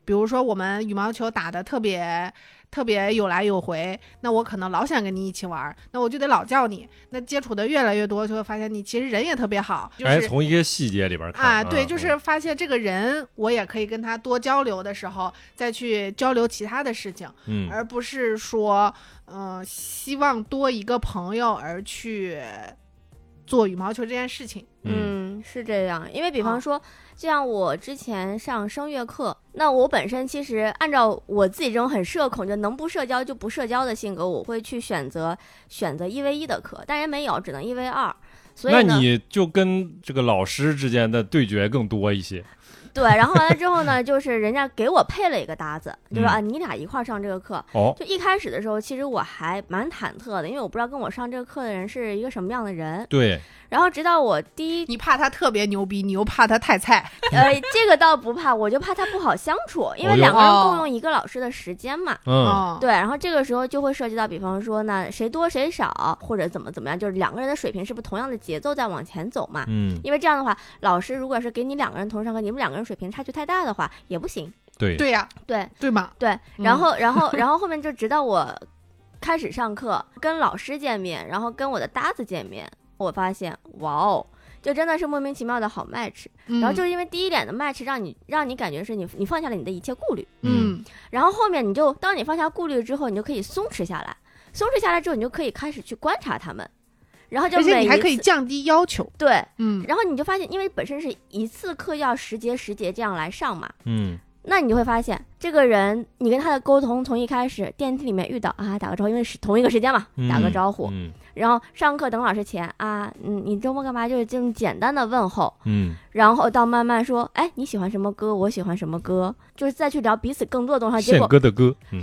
B: 比如说我们羽毛球打的特别。特别有来有回，那我可能老想跟你一起玩儿，那我就得老叫你。那接触的越来越多，就会发现你其实人也特别好，就
A: 哎，
B: 是
A: 从一些细节里边看
B: 啊，对，就是发现这个人，我也可以跟他多交流的时候，再去交流其他的事情，
A: 嗯
B: 而不是说，嗯、希望多一个朋友而去做羽毛球这件事情。
A: 嗯
C: 嗯，是这样，因为比
B: 啊
C: 方说，就像我之前上声乐课，那我本身其实按照我自己这种很社恐，就能不社交就不社交的性格，我会去选择选择一 v 一的课，但人没有，只能一 v 二。所以
A: 那
C: 呢，
A: 你就跟这个老师之间的对决更多一些。
C: 对，然后完了之后呢，就是人家给我配了一个搭子，就说
A: 嗯
C: 啊，你俩一块儿上这个课。
A: 哦，
C: 就一开始的时候，其实我还蛮忐忑的，因为我不知道跟我上这个课的人是一个什么样的人。
A: 对，
C: 然后直到我第一
B: 你怕他特别牛逼，你又怕他太菜。
C: 呃，这个倒不怕，我就怕他不好相处，因
A: 哦
C: 为
A: 哟
C: 两个人共
B: 哦
C: 用一个老师的时间嘛。
A: 嗯，
B: 哦，
C: 对，然后这个时候就会涉及到，比方说呢，谁多谁少，或者怎么怎么样，就是两个人的水平是不是同样的节奏在往前走嘛？
A: 嗯，
C: 因为这样的话，老师如果是给你两个人同时上课，你们两个人水平差距太大的话，也不行。
A: 对，
B: 对呀、
C: 对
B: 对嘛，
C: 对，然后然后然后后面就直到我开始上课，跟老师见面，然后跟我的搭子见面，我发现哇哦，就真的是莫名其妙的好 match。然
B: 嗯
C: 后就是因为第一点的 match，让你让你感觉是你你放下了你的一切顾虑，
B: 嗯
C: 然后后面你就当你放下顾虑之后，你就可以松弛下来，松弛下来之后，你就可以开始去观察他们，然后就
B: 而且
C: 每
B: 你
C: 一
B: 还可以
C: 次
B: 降低要求，
C: 对，
B: 嗯
C: 然后你就发现，因为本身是一次课要十节十节这样来上嘛，
A: 嗯
C: 那你就会发现，这个人你跟他的沟通从一开始电梯里面遇到啊，打个招呼，因为是同一个时间嘛，打个招呼，
A: 嗯
C: 然后上课等老师前啊，嗯，你周末干嘛？就是这种简单的问候，
A: 嗯
C: 然后到慢慢说，哎，你喜欢什么歌？我喜欢什么歌？就是再去聊彼此更多的东西，
A: 嗯，
C: 啊结
A: 宪
C: 果，
A: 哥的歌，嗯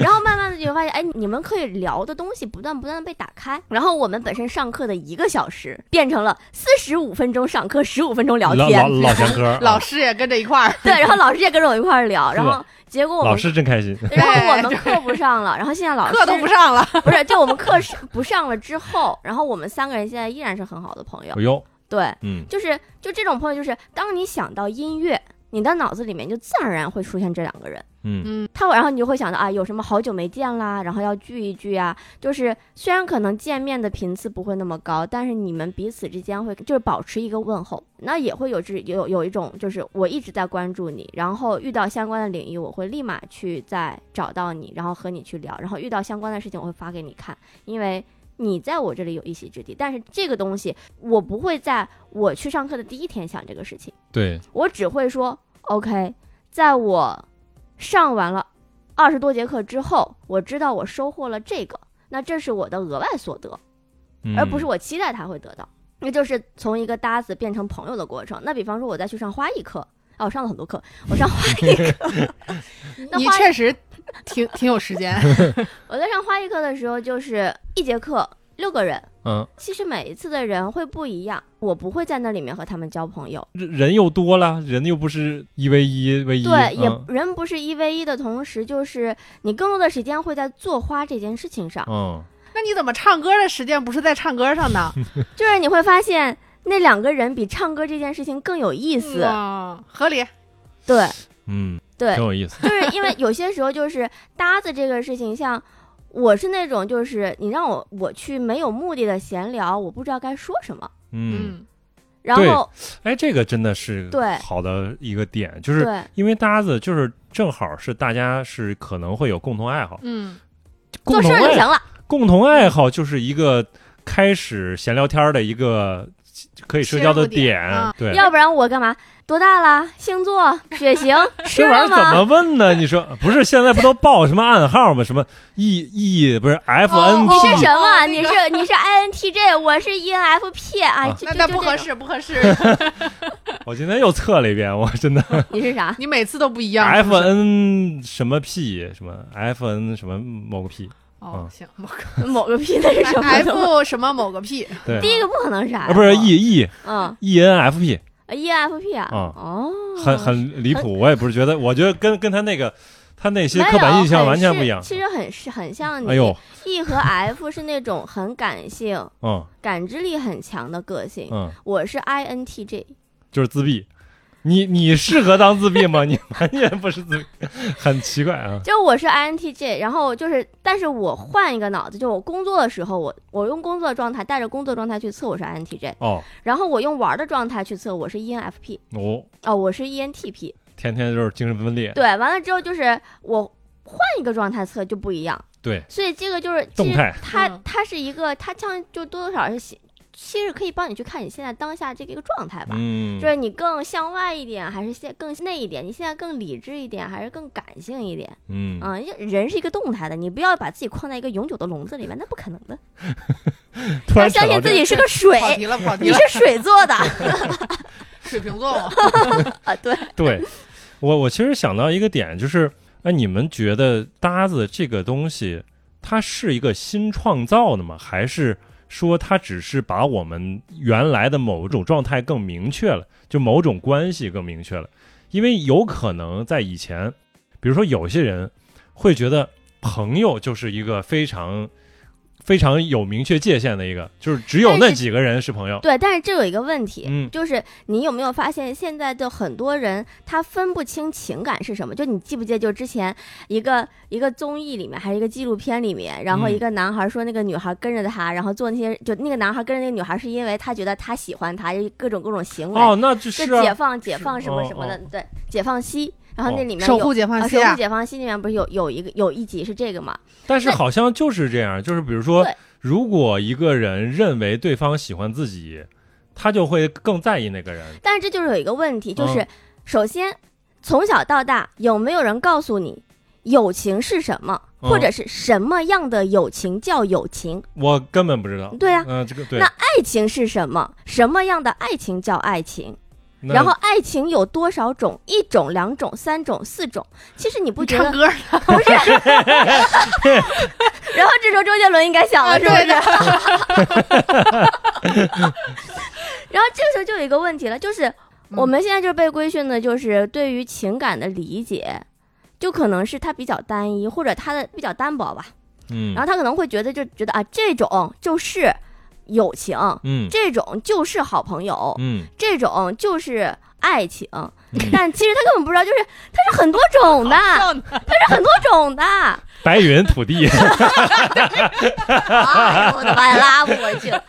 C: 然后慢慢的你会发现，哎，你们可以聊的东西不断不断的被打开，然后我们本身上课的一个小时变成了四十五分钟上课，十五分钟聊
A: 老
C: 天
A: 老，老前 科啊，
B: 老师也跟着一块儿，
C: 对，然后老师也跟着我一块儿聊，然后结果我
A: 老
C: 们
A: 师真开心，
C: 然后我们课不上了，然后现在老师
B: 课都不上了，
C: 不是，就我们课是不上了之后，然后我们三个人现在依然是很好的朋友
A: 哎。呦，
C: 对，
A: 嗯
C: 就是就这种朋友，就是当你想到音乐，你的脑子里面就自然而然会出现这两个人。
A: 嗯
B: 嗯
C: 他会，然后你就会想到啊，有什么好久没见啦，然后要聚一聚啊。就是虽然可能见面的频次不会那么高，但是你们彼此之间会就是保持一个问候，那也会有这有有一种就是我一直在关注你，然后遇到相关的领域，我会立马去再找到你，然后和你去聊，然后遇到相关的事情我会发给你看，因为。你在我这里有一席之地，但是这个东西我不会在我去上课的第一天想这个事情。
A: 对，
C: 我只会说 OK，在我上完了二十多节课之后，我知道我收获了这个，那这是我的额外所得，而不是
A: 我
C: 我期待他会得到。那就是从一个搭子变成朋友的过程。那比方说，我再去上花艺课，啊，我上了很多课，我上花艺课，那
B: 你
C: 花艺
B: 确实挺挺有时间，
C: 我在上花艺课的时候，就是一节课六个人，
A: 嗯
C: 其实每一次的人会不一样，我不会在那里面和他们交朋友。
A: 人人又多了，人又不是一 v 一 v 一，
C: 对，也
A: 嗯
C: 人不是一 v 一的同时，就是你更多的时间会在做花这件事情上，
A: 嗯
B: 那你怎么唱歌的时间不是在唱歌上呢？
C: 就是你会发现那两个人比唱歌这件事情更有意思。
B: 嗯，合理。
C: 对
A: 嗯，
C: 对
A: 挺，有意思，
C: 就是因为有些时候就是搭子这个事情，像我是那种就是你让我我去没有目的的闲聊，我不知道该说什么，
A: 嗯，
B: 嗯，
C: 然后
A: 哎，这个真的是
C: 对
A: 好的一个点，就是
C: 对
A: 因为搭子就是正好是大家是可能会有共同爱好，
B: 嗯，
A: 共
C: 做事
A: 同
C: 儿就行
A: 爱
C: 了，
A: 共同爱好就是一个开始闲聊天儿的一个可以社交的
B: 切入点啊
A: 对。
C: 要不然我干嘛？多大啦？星座、血 型、吃
A: 这玩意
C: 了
A: 儿怎
C: 吗？
A: 么问呢？你说不是现在不都报什么暗号吗？什么 E E 不是 F N
B: 哦
C: 是
A: P
C: 什么？
B: 哦
C: 你
B: 那
C: 是你是 INTJ，我是 ENFP 啊
A: 啊，
C: 就
B: 哦那
C: 就
B: 那
C: 就
B: 不
C: 这
B: 合
C: 种。
B: 适，不合适。
A: 我今天又测了一遍，我真的
C: 你是啥？
B: 你每次都不一样。是
A: F
B: 不是
A: N 什么 P 什么 F N 什么某个 P
B: 哦
A: 嗯，
B: 行，某个
C: 某个 P 那是什么东西？
B: F 什么某个 P，
A: 对
C: 第一个不可能是 F，
A: 啊不是 E E
C: 嗯
A: E N F P
C: ，ENFP 啊，
A: 啊
C: 哦，
A: 很很离谱，我也不是觉得，我觉得跟跟他那个他那
C: 没
A: 些
C: 有
A: 刻板印象完全
C: 很
A: 不一
C: 是
A: 样。
C: 其实很是很像你。
A: 哎呦，
C: e 和 F 是那种很感性、
A: 嗯
C: 感知力很强的个性，
A: 嗯，
C: 我是 INTJ，
A: 就是自闭。你你适合当自闭吗？ 你完全不是自闭， 很奇怪啊。
C: 就我是 INTJ，然后就是，但是我换一个脑子，就我工作的时候，我我用工作状态带着工作状态去测我是 INTJ，
A: 哦，
C: 然后我用玩的状态去测我是 E ENFP，
A: 我
C: 哦，我是 ENTP，
A: 天天就是精神分裂，
C: 对，完了之后就是我换一个状态测就不一样，
A: 对，
C: 所以这个就是其
A: 动
C: 实
A: 态
C: 它
B: 嗯
C: 它是一个，它像就多多少少是，其实可以帮你去看你现在当下这个一个状态吧。
A: 嗯
C: 就是你更向外一点，还是现更内一点？你现在更理智一点，还是更感性一点？
A: 嗯，
C: 啊、因为人是一个动态的，你不要把自己框在一个永久的笼子里面，那不可能的。
A: 突
C: 要
A: 然想
C: 相
A: 到
C: 信自
A: 这，
C: 己是个水，
B: 跑题了，跑题
C: 你
B: 了
C: 是。水做的
B: 水瓶座嘛，
C: 啊，对，
A: 对我我其实想到一个点，就是哎，你们觉得搭子这个东西，它是一个新创造的吗？还是说它只是把我们原来的某种状态更明确了，就某种关系更明确了？因为有可能在以前，比如说有些人会觉得朋友就是一个非常非常有明确界限的一个，就是只有那几个人是朋友。
C: 对，但是这有一个问题，
A: 嗯
C: 就是你有没有发现现在的很多人他分不清情感是什么？就你记不记得，就之前一个一个综艺里面还是一个纪录片里面，然后
A: 嗯
C: 一个男孩说那个女孩跟着他，然后做那些，就那个男孩跟着那个女孩是因为他觉得他喜欢她，各种各种行为，
A: 哦，那就
C: 就是解
A: 啊，
C: 放解放什么什么的，
A: 哦
C: 对，解放西，然后那里面
B: 守
C: 有。
B: 护解
C: 啊，
B: 放
C: 守
B: 西
C: 护
B: 啊，
C: 解放西里面不是有有一个有一集是这个嘛？
A: 但是
C: 对
A: 好像就是这样，就是比如说
C: 对，
A: 如果一个人认为对方喜欢自己，他就会更在意那个人。
C: 但是这就是有一个问题，就是
A: 嗯
C: 首先从小到大有没有人告诉你友情是什么，
A: 嗯
C: 或者是什么样的友情叫友情？
A: 我根本不知道。
C: 对呀啊
A: 嗯、这个对
C: 那。爱情是什么？什么样的爱情叫爱情？
A: 那
C: 然后爱情有多少种？一种、两种、三种、四种。其实你不
B: 你
C: 觉
B: 唱
C: 得？
B: 歌
C: 不 是。然后这时候周杰伦应该想了，
B: 啊
C: 是不
B: 对
C: 是？
B: 的
C: 然后这个时候就有一个问题了，就是
B: 嗯
C: 我们现在就是被规训的，就是对于情感的理解，就可能是它比较单一，或者它的比较单薄吧。
A: 嗯
C: 然后他可能会觉得就觉得啊，这种就是友情，
A: 嗯
C: 这种就是好朋友，
A: 嗯
C: 这种就是爱情。
A: 嗯，
C: 但其实他根本不知道，就是它是很多种的，它
B: 呢，
C: 是很多种的。
A: 白云土 地。
C: 哎呦我的妈呀，拉不 回去了。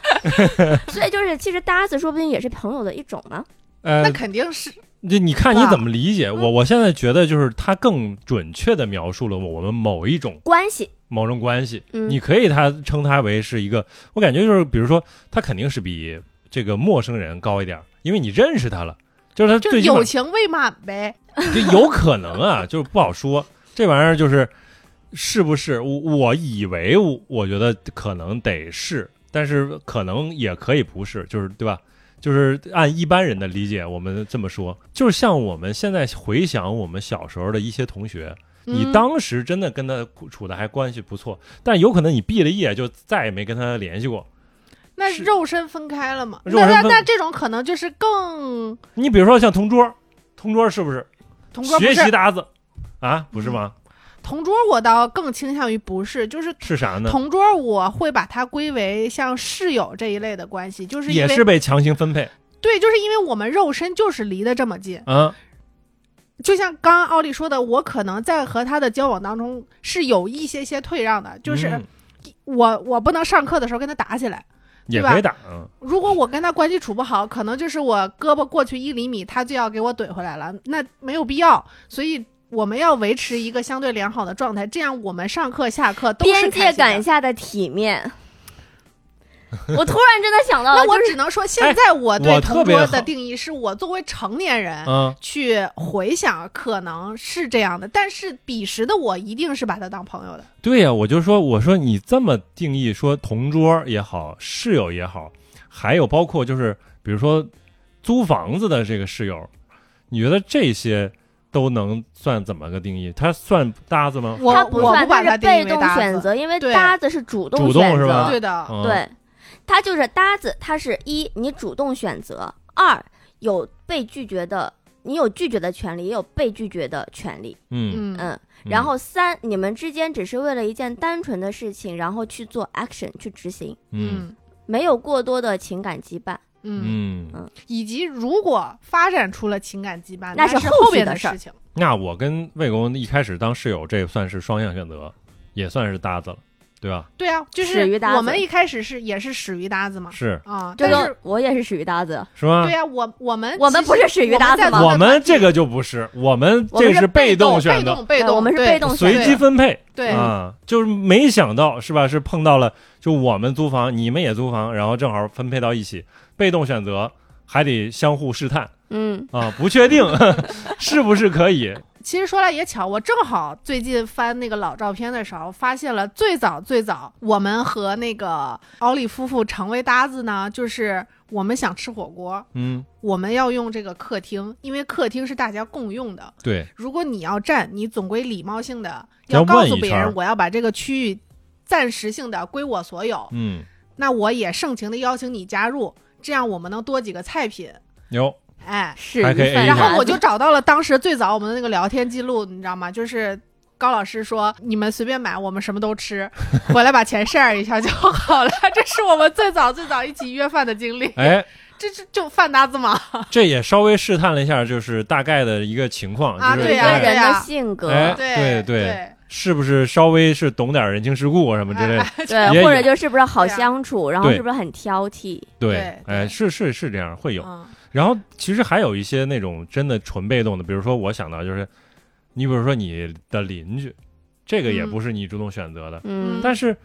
C: 所以就是，其实搭子说不定也是朋友的一种呢。
A: 呃
B: 那，肯定是
A: 就你看你
B: 吧
A: 怎么理
C: 嗯
A: 解我？我现在觉得就是他更准确的描述了我们某一种
C: 关系，
A: 某种关系。
C: 嗯，
A: 你可以他称他为是一个，我感觉就是，比如说他肯定是比这个陌生人高一点儿，因为你认识他了，就是他
B: 就
A: 最起码
B: 友情未满呗。
A: 就有可能啊，就是不好说这玩意儿就是是不是我我以为我我觉得可能得是，但是可能也可以不是，就是对吧？就是按一般人的理解，我们这么说，就是像我们现在回想我们小时候的一些同学，你
B: 嗯
A: 当时真的跟他处的还关系不错，但有可能你毕了业就再也没跟他联系过。
B: 那
A: 是
B: 肉身分开了嘛？
A: 肉
B: 那
A: 身
B: 那
A: 分
B: 那这种可能就是更
A: 你比如说像同桌，同桌是不是
B: 同桌不
A: 学习
B: 是
A: 搭子啊？不是吗？
B: 同桌，我倒更倾向于不是，就是
A: 是啥呢？
B: 同桌我会把它归为像室友这一类的关系，就是因
A: 也
B: 为
A: 是被强行分配
B: 对，就是因为我们肉身就是离得这么近，
A: 啊。
B: 就像刚刚奥利说的，我可能在和他的交往当中是有一些些退让的，就是
A: 嗯
B: 我、我不能上课的时候跟他打起来。
A: 也
B: 对吧
A: 可以打，嗯
B: 如果我跟他关系处不好，可能就是我胳膊过去一厘米，他就要给我怼回来了，那没有必要。所以我们要维持一个相对良好的状态，这样我们上课下课都是
C: 边界
B: 开心的
C: 感。下的体面。我突然真的想到了，
A: 呃
B: 那我
C: 就是
B: 只能说，现在我
A: 哎我
B: 对
A: 特
B: 同
A: 别
B: 桌
A: 好
B: 的定义是我作为成年人
A: 嗯，
B: 去回想，可能是这样的，但是彼时的我一定是把他当朋友的。
A: 对呀、我就说，我说你这么定义，说同桌也好，室友也好，还有包括就是比如说租房子的这个室友，你觉得这些都能算怎么个定义？它算搭子吗？
B: 我
C: 他
B: 我
C: 算，
B: 把它
C: 他是
B: 定义
C: 被
B: 为
C: 动
B: 搭子
C: 选，择，因为
B: 对
C: 搭子是主动
A: 主动
C: 选
A: 是吧
C: 择，
B: 对的，
A: 嗯，
C: 对，它就是搭子，它是一你主动选择，二有被拒绝的，你有拒绝的权利，也有被拒绝的权利，
A: 嗯，
B: 嗯
C: 嗯，然后三你们之间只是为了一件单纯的事情，然后去做 action 去执行，
A: 嗯
B: 嗯
C: 没有过多的情感羁绊，
B: 嗯，
A: 嗯，
B: 以及如果发展出了情感羁绊，
C: 那
B: 那
C: 是后
B: 后
C: 续
B: 边
C: 的事儿
B: 事情。
A: 那我跟魏公一开始当室友，这算是双向选择，也算是搭子了，对吧？
B: 对啊，就
C: 始于
B: 是
C: 搭子
B: 我们一开始是也是始于搭子嘛，
A: 是
B: 啊，
C: 这
B: 但
C: 个
B: 是
C: 我也是属于搭子，
A: 是吗？
B: 对啊，我我们
C: 我们
B: 其实
C: 不是始于搭子
B: 我们在做
C: 吗
A: 嗯我
B: 的
A: 们这个就不是，我们
C: 我们
A: 这
C: 是
A: 被
C: 被
A: 动
C: 动
A: 选
B: 被
A: 择。
B: 动被
C: 对
B: 动，
C: 我们是
B: 对
C: 被动选
A: 随
C: 择
A: 机分配
B: 对
A: 啊，就是没想到是吧？是碰到了，就我们租房，你们也租房，然后正好分配到一起，被动选择，还得相互试探
C: 嗯，
A: 啊，不确 定是不是可以。
B: 其实说来也巧，我正好最近翻那个老照片的时候，发现了最早最早我们和那个奥利夫妇成为搭子呢，就是我们想吃火锅，
A: 嗯，
B: 我们要用这个客厅，因为客厅是大家共用的。
A: 对，
B: 如果你要站，你总归礼貌性的
A: 要
B: 要告
A: 问
B: 诉
A: 一
B: 别
A: 圈儿
B: 人，我要把这个区域暂时性的归我所有。
A: 嗯，
B: 那我也盛情的邀请你加入，这样我们能多几个菜品。
A: 有，
B: 哎，
C: 是啊
A: 还可以 A 一下
B: 然后我就找到了当时最早我们的那个聊天记录，你知道吗？就是高老师说：“你们随便买，我们什么都吃， 回来把钱 share 一下就好了。” 这是我们最早最早一起约饭的经历，
A: 哎，
B: 这是就饭搭子嘛。
A: 这也稍微试探了一下，就是大概的一个情况，
B: 啊
A: 就是
C: 每
B: 对
C: 个
B: 呀
A: 哎
B: 对
C: 人
B: 呀
C: 的性格，
A: 哎对
B: 对
A: 对是不是稍微是懂点人情世故啊什么之类
B: 哎
A: 的？
C: 对，
A: 也
C: 或者
A: 有
C: 就是不是好
B: 对呀
C: 相处，然后
A: 对
C: 是不是很挑剔？嗯
A: 对
B: 对，
A: 哎，
B: 对
A: 是是是这样，会有。
B: 嗯
A: 然后其实还有一些那种真的纯被动的，比如说我想到就是，你比如说你的邻居，这个也
B: 嗯
A: 不是你主动选择的，
C: 嗯，
A: 但是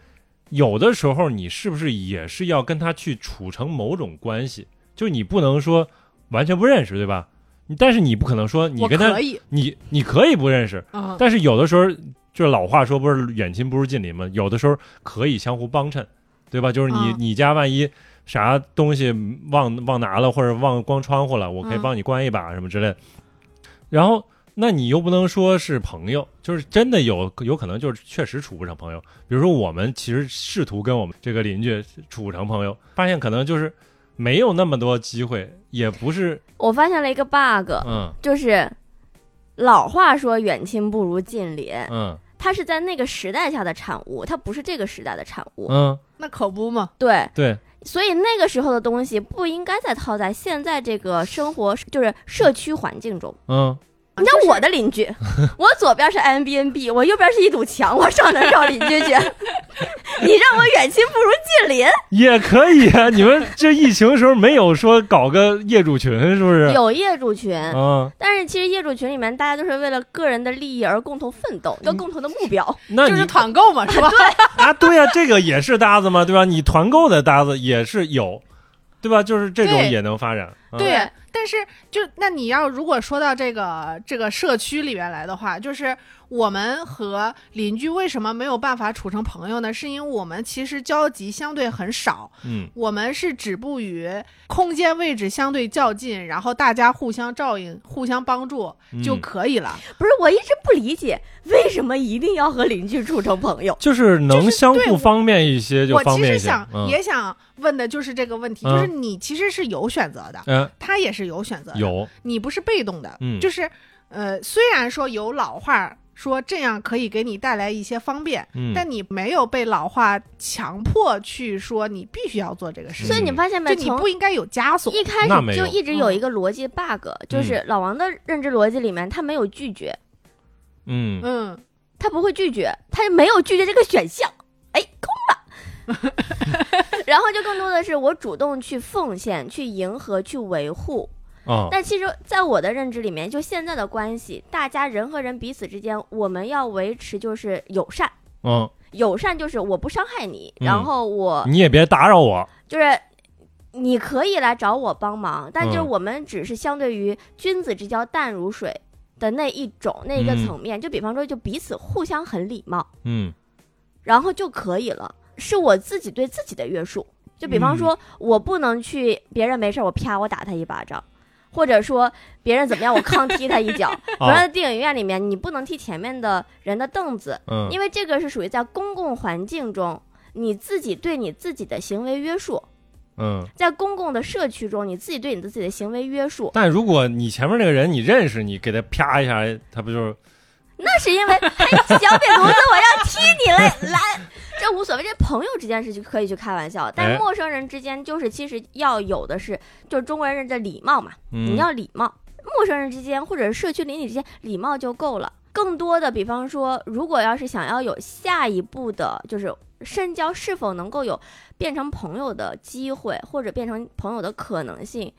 A: 有的时候你是不是也是要跟他去处成某种关系？就你不能说完全不认识，对吧？你但是你不可能说你
B: 我
A: 跟他
B: 可，以，
A: 你你可以不认识，
B: 嗯，
A: 但是有的时候就是老话说不是远亲不如近邻嘛，有的时候可以相互帮衬，对吧？就是你、
B: 嗯
A: 你家万一啥东西忘忘拿了或者忘关窗户了，我可以
B: 嗯
A: 帮你关一把什么之类的。然后那你又不能说是朋友，就是真的有有可能就是确实处不成朋友。比如说我们其实试图跟我们这个邻居处成朋友，发现可能就是没有那么多机会，也不是
C: 我发现了一个 bug，
A: 嗯
C: 就是老话说远亲不如近邻，
A: 嗯
C: 它是在那个时代下的产物，它不是这个时代的产物。
A: 嗯
B: 那可不嘛。
C: 对，
A: 对
C: 所以那个时候的东西不应该再套在现在这个生活就是社区环境中。
A: 嗯
C: 你
B: 就
C: 像
B: 是
C: 我的 邻居，我左边是 M B N B，我右边是一堵墙，我上哪儿找邻居去？ 你让我远亲不如近邻。
A: 也可以啊，你们这疫情时候没有说搞个业主群是不是？啊
C: 有业主群，
A: 嗯，
C: 但是其实业主群里面大家都是为了个人的利益而共同奋斗，
B: 嗯
C: 有共同的目标。
A: 那
B: 就
A: 你
B: 是团购嘛，是吧？
A: 啊，对呀、这个也是搭子嘛，对吧？你团购的搭子也是有，对吧？就是这种
B: 对
A: 也能发展。嗯
B: 对，但是就那你要如果说到这个这个社区里边来的话，就是我们和邻居为什么没有办法处成朋友呢？是因为我们其实交集相对很少，
A: 嗯
B: 我们是止步于空间位置相对较近，然后大家互相照应、互相帮助
A: 嗯
B: 就可以了。
C: 不是，我一直不理解为什么一定要和邻居处成朋友。
A: 就是能相
B: 对
A: 互
B: 我
A: 方便一些就
B: 我
A: 方
B: 其
A: 便
B: 实
A: 一些。
B: 想、
A: 嗯，
B: 也想问的就是这个问题，
A: 嗯
B: 就是你其实是有选择的，
A: 嗯，
B: 他也是有选择的，
A: 有，
B: 你不是被动的，
A: 嗯
B: 就是呃，虽然说有老话说这样可以给你带来一些方便，
A: 嗯，
B: 但你没有被老话强迫去说你必须要做这个事
A: 嗯
B: 情，
C: 所以你发现
B: 就
C: 没？
B: 你
C: 从
B: 不应该有枷锁。
C: 一开
A: 那没
C: 始
A: 有
C: 就一直有一个逻辑 bug，就是老王的认知逻辑里面，他没有拒绝，
A: 嗯，
B: 嗯，
C: 他不会拒绝，他没有拒绝这个选项，哎，空了。 然后就更多的是我主动去奉献、去迎合、去维护。
A: 哦，
C: 但其实，在我的认知里面，就现在的关系，大家人和人彼此之间，我们要维持就是友善。
A: 嗯，
C: 友善就是我不伤害你，
A: 嗯
C: 然后我
A: 你也别打扰我。
C: 就是你可以来找我帮忙，但就是
A: 嗯
C: 我们只是相对于君子之交淡如水的那一种那一个层面，就比方说就彼此互相很礼貌，
A: 嗯
C: 然后就可以了。是我自己对自己的约束，就比
A: 嗯
C: 方说、我不能去别人没事儿我啪我打他一巴掌。或者说别人怎么样，我抗踢他一 脚。
A: 啊
C: 我在电影院里面，你不能踢前面的人的凳子，
A: 嗯，
C: 因为这个是属于在公共环境中你自己对你自己的行为约束。
A: 嗯。
C: 在公共的社区中，你自己对你自己的行为约束，
A: 但如果你前面那个人你认识，你给他啪一下，他不就是
C: 那是因为，嘿，小瘪犊子，我要踢你了，来，这无所谓，这朋友之间是可以去开玩笑，
A: 哎
C: 但陌生人之间就是其实要有的是，就是中国人认知的礼貌嘛，
A: 你
C: 你要礼貌，陌生人之间或者是社区邻里之间礼貌就够了。更多的，比方说，如果要是想要有下一步的，就是深交是否能够有变成朋友的机会，或者变成朋友的可能性，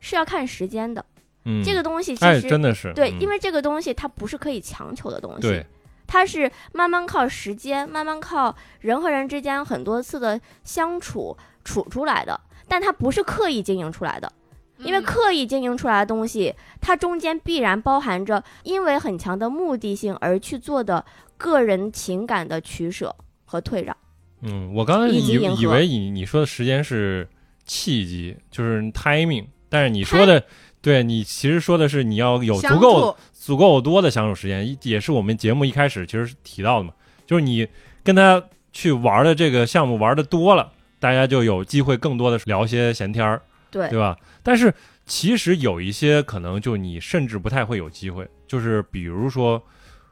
C: 是要看时间的。
A: 嗯
C: 这个东西其
A: 哎，
C: 实
A: 真的是
C: 对，
A: 嗯
C: 因为这个东西它不是可以强求的东西
A: 对，，
C: 它是慢慢靠时间，慢慢靠人和人之间很多次的相处处出来的，但它不是刻意经营出来的。因为
B: 嗯
C: 刻意经营出来的东西，它中间必然包含着因为很强的目的性而去做的个人情感的取舍和退让。
A: 嗯，我刚才
C: 以
A: 以
C: 及迎
A: 以
C: 合
A: 为你你说的时间是契机，就是 timing，但是你说的，对你其实说的是你要有
B: 相
A: 足够
B: 处
A: 足够多的相处时间，一也是我们节目一开始其实是提到的嘛，就是你跟他去玩的这个项目玩的多了，大家就有机会更多的聊些闲天儿，
C: 对
A: 对吧？但是其实有一些可能就你甚至不太会有机会，就是比如说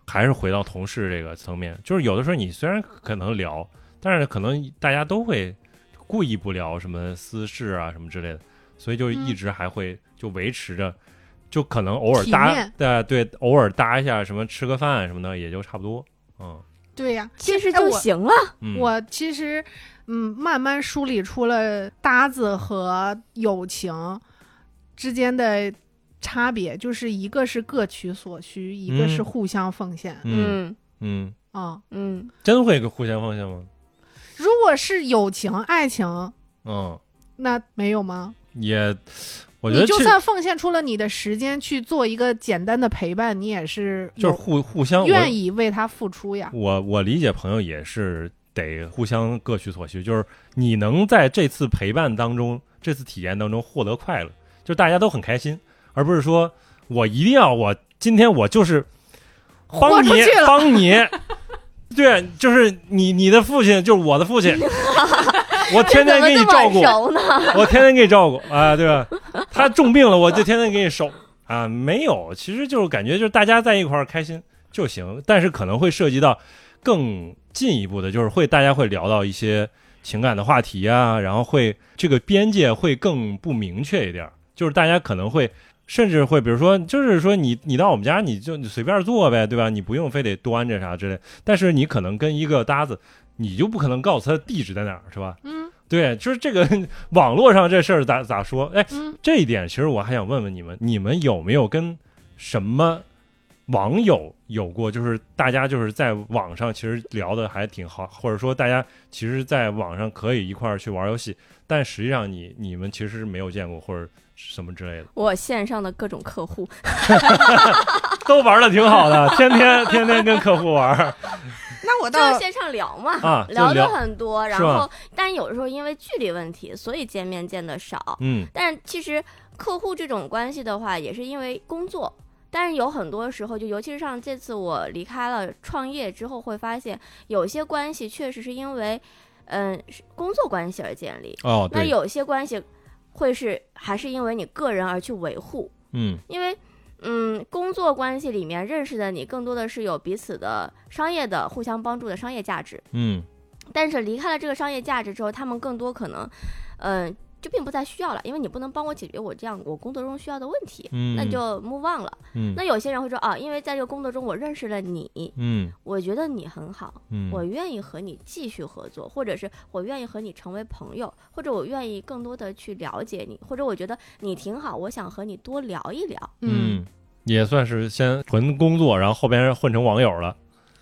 A: 还是回到同事这个层面，就是有的时候你虽然可能聊，但是可能大家都会故意不聊什么私事啊什么之类的，所以就一直还会就维持着，就可能偶尔
B: 体
A: 搭
B: 面
A: 对对，偶尔搭一下什么吃个饭什么的也就差不多，嗯
B: 对呀、
C: 其实
B: 哎
C: 就
B: 我
C: 行了。
A: 嗯，
B: 我其实，嗯，慢慢梳理出了搭子和友情之间的差别，就是一个是各取所需，一个是
A: 嗯
B: 互相奉献。
A: 嗯
C: 嗯
A: 嗯，
B: 啊、
C: 嗯，
A: 真会互相奉献吗？
B: 如果是友情、爱情，
A: 嗯，
B: 那没有吗？
A: 也我觉
B: 你
A: 得
B: 就
A: 这
B: 算奉献出了你的时间去做一个简单的陪伴，你也是
A: 就是
B: 有
A: 互互相我
B: 愿意为他付出
C: 啊
B: 呀。
A: 我我理解朋友也是得互相各取所需，就是你能在这次陪伴当中、这次体验当中获得快乐，就大家都很开心，而不是说我一定要我今天我就是帮
B: 豁
A: 你
B: 出去了
A: 帮你，对，就是你你的父亲就是我的 父亲，我天
C: 怎
A: 天
C: 么
A: 给你
C: 这
A: 照顾
C: 么，熟呢？
A: 我天天给你照顾啊，对吧？他重病了，我就天天给你守啊。没有，其实就是感觉就是大家在一块儿开心就行，但是可能会涉及到更进一步的，就是会大家会聊到一些情感的话题啊，然后会这个边界会更不明确一点儿，就是大家可能会。甚至会，比如说，就是说你你到我们家你就你随便做呗，对吧？你不用非得端着啥之类。但是你可能跟一个搭子，你就不可能告诉他地址在哪儿，是吧？
B: 嗯
A: 对，就是这个网络上这事儿咋咋说？哎，
B: 嗯，
A: 这一点其实我还想问问你们，你们有没有跟什么网友有过？就是大家就是在网上其实聊的还挺好，或者说大家其实在网上可以一块儿去玩游戏，但实际上你你们其实是没有见过或者什么之类 的，
C: 我线上的各种客户，
A: 都玩的挺好的，天天天天跟客户玩儿
B: 那我
C: 就是
B: 倒
C: 线上聊嘛，
A: 啊，就
C: 聊的
A: 聊，
C: 很多，然
A: 是吧
C: 后但有时候因为距离问题，所以见面见的少。
A: 嗯
C: 但其实客户这种关系的话，也是因为工作。但是有很多时候，就尤其是像这次我离开了创业之后，会发现有些关系确实是因为，嗯，是工作关系而建立。
A: 哦
C: 那
A: 对，
C: 有些关系会是还是因为你个人而去维护，
A: 嗯
C: 因为嗯，工作关系里面认识的你更多的是有彼此的商业的互相帮助的商业价值，
A: 嗯
C: 但是离开了这个商业价值之后，他们更多可能，嗯、就并不再需要了，因为你不能帮我解决我这样我工作中需要的问题，
A: 嗯，
C: 那就 move on 了。
A: 嗯
C: 那有些人会说啊，因为在这个工作中我认识了你，
A: 嗯
C: 我觉得你很好，
A: 嗯，
C: 我愿意和你继续合作，或者是我愿意和你成为朋友，或者我愿意更多的去了解你，或者我觉得你挺好，我想和你多聊一聊
B: 嗯，
A: 嗯，也算是先纯工作，然后后边混成网友了。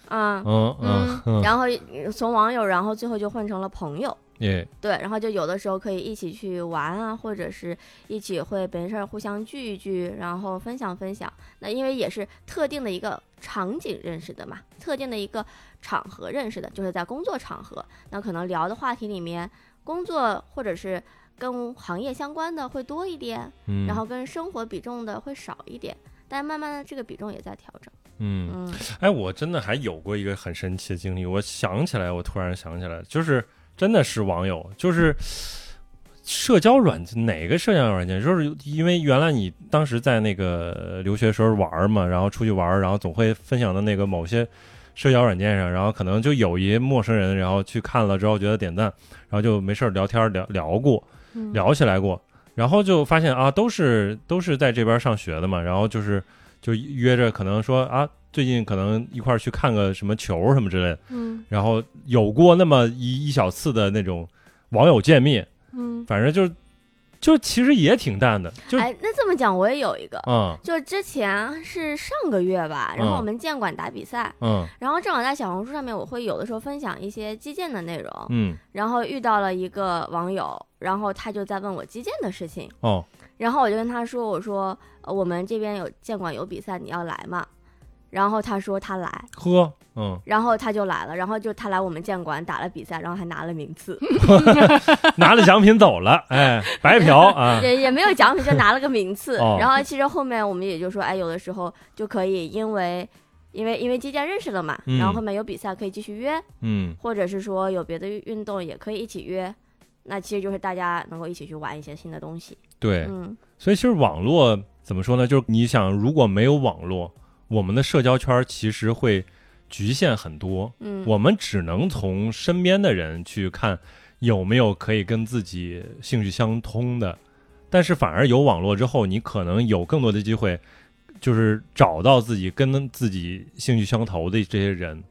C: 啊。
A: 嗯嗯嗯，
C: 然后嗯从网友，然后最后就混成了朋友，
A: 也
C: 对，然后就有的时候可以一起去玩啊，或者是一起会没事儿互相聚一聚，然后分享分享。那因为也是特定的一个场景认识的嘛，特定的一个场合认识的，就是在工作场合。那可能聊的话题里面，工作或者是跟行业相关的会多一点，
A: 嗯，
C: 然后跟生活比重的会少一点。但慢慢的，这个比重也在调整。
A: 嗯，
C: 嗯
A: 哎，我真的还有过一个很神奇的经历，我想起来，我突然想起来，就是真的是网友，就是。社交软件哪个社交软件？就是因为原来你当时在那个留学时候玩嘛，然后出去玩，然后总会分享到那个某些社交软件上，然后可能就有一陌生人，然后去看了之后觉得点赞，然后就没事儿聊天儿聊聊过，
B: 嗯
A: 聊起来过，然后就发现啊，都是都是在这边上学的嘛，然后就是就约着可能说啊，最近可能一块儿去看个什么球什么之类的，
B: 嗯
A: 然后有过那么一一小次的那种网友见面，
B: 嗯
A: 反正就是就其实也挺淡的，就
C: 哎，那这么讲，我也有一个，
A: 嗯
C: 就之前是上个月吧，然
A: 嗯
C: 后我们建馆打比赛，
A: 嗯
C: 然后正好在小红书上面，我会有的时候分享一些击剑的内容，
A: 嗯
C: 然后遇到了一个网友，然后他就在问我击剑的事情，
A: 哦
C: 然后我就跟他说，我说呃我们这边有剑馆有比赛，你要来吗？然后他说他来，
A: 喝嗯，
C: 然后他就来了，然后就他来我们剑馆打了比赛，然后还拿了名 次，
A: 拿了奖品走了，哎，白嫖 啊，
C: 也也没有奖品，就拿了个名次。
A: 哦
C: 然后其实后面我们也就说，哎，有的时候就可以因为因为因为击剑认识了嘛，
A: 嗯
C: 然后后面有比赛可以继续约，
A: 嗯
C: 或者是说有别的运动也可以一起约。那其实就是大家能够一起去玩一些新的东西。
A: 对，
C: 嗯，
A: 所以其实网络怎么说呢？就是你想，如果没有网络，我们的社交圈儿其实会局限很多，
C: 嗯，
A: 我们只能从身边的人去看有没有可以跟自己兴趣相通的。但是反而有网络之后，你可能有更多的机会，就是找到自己跟自己兴趣相投的这些人。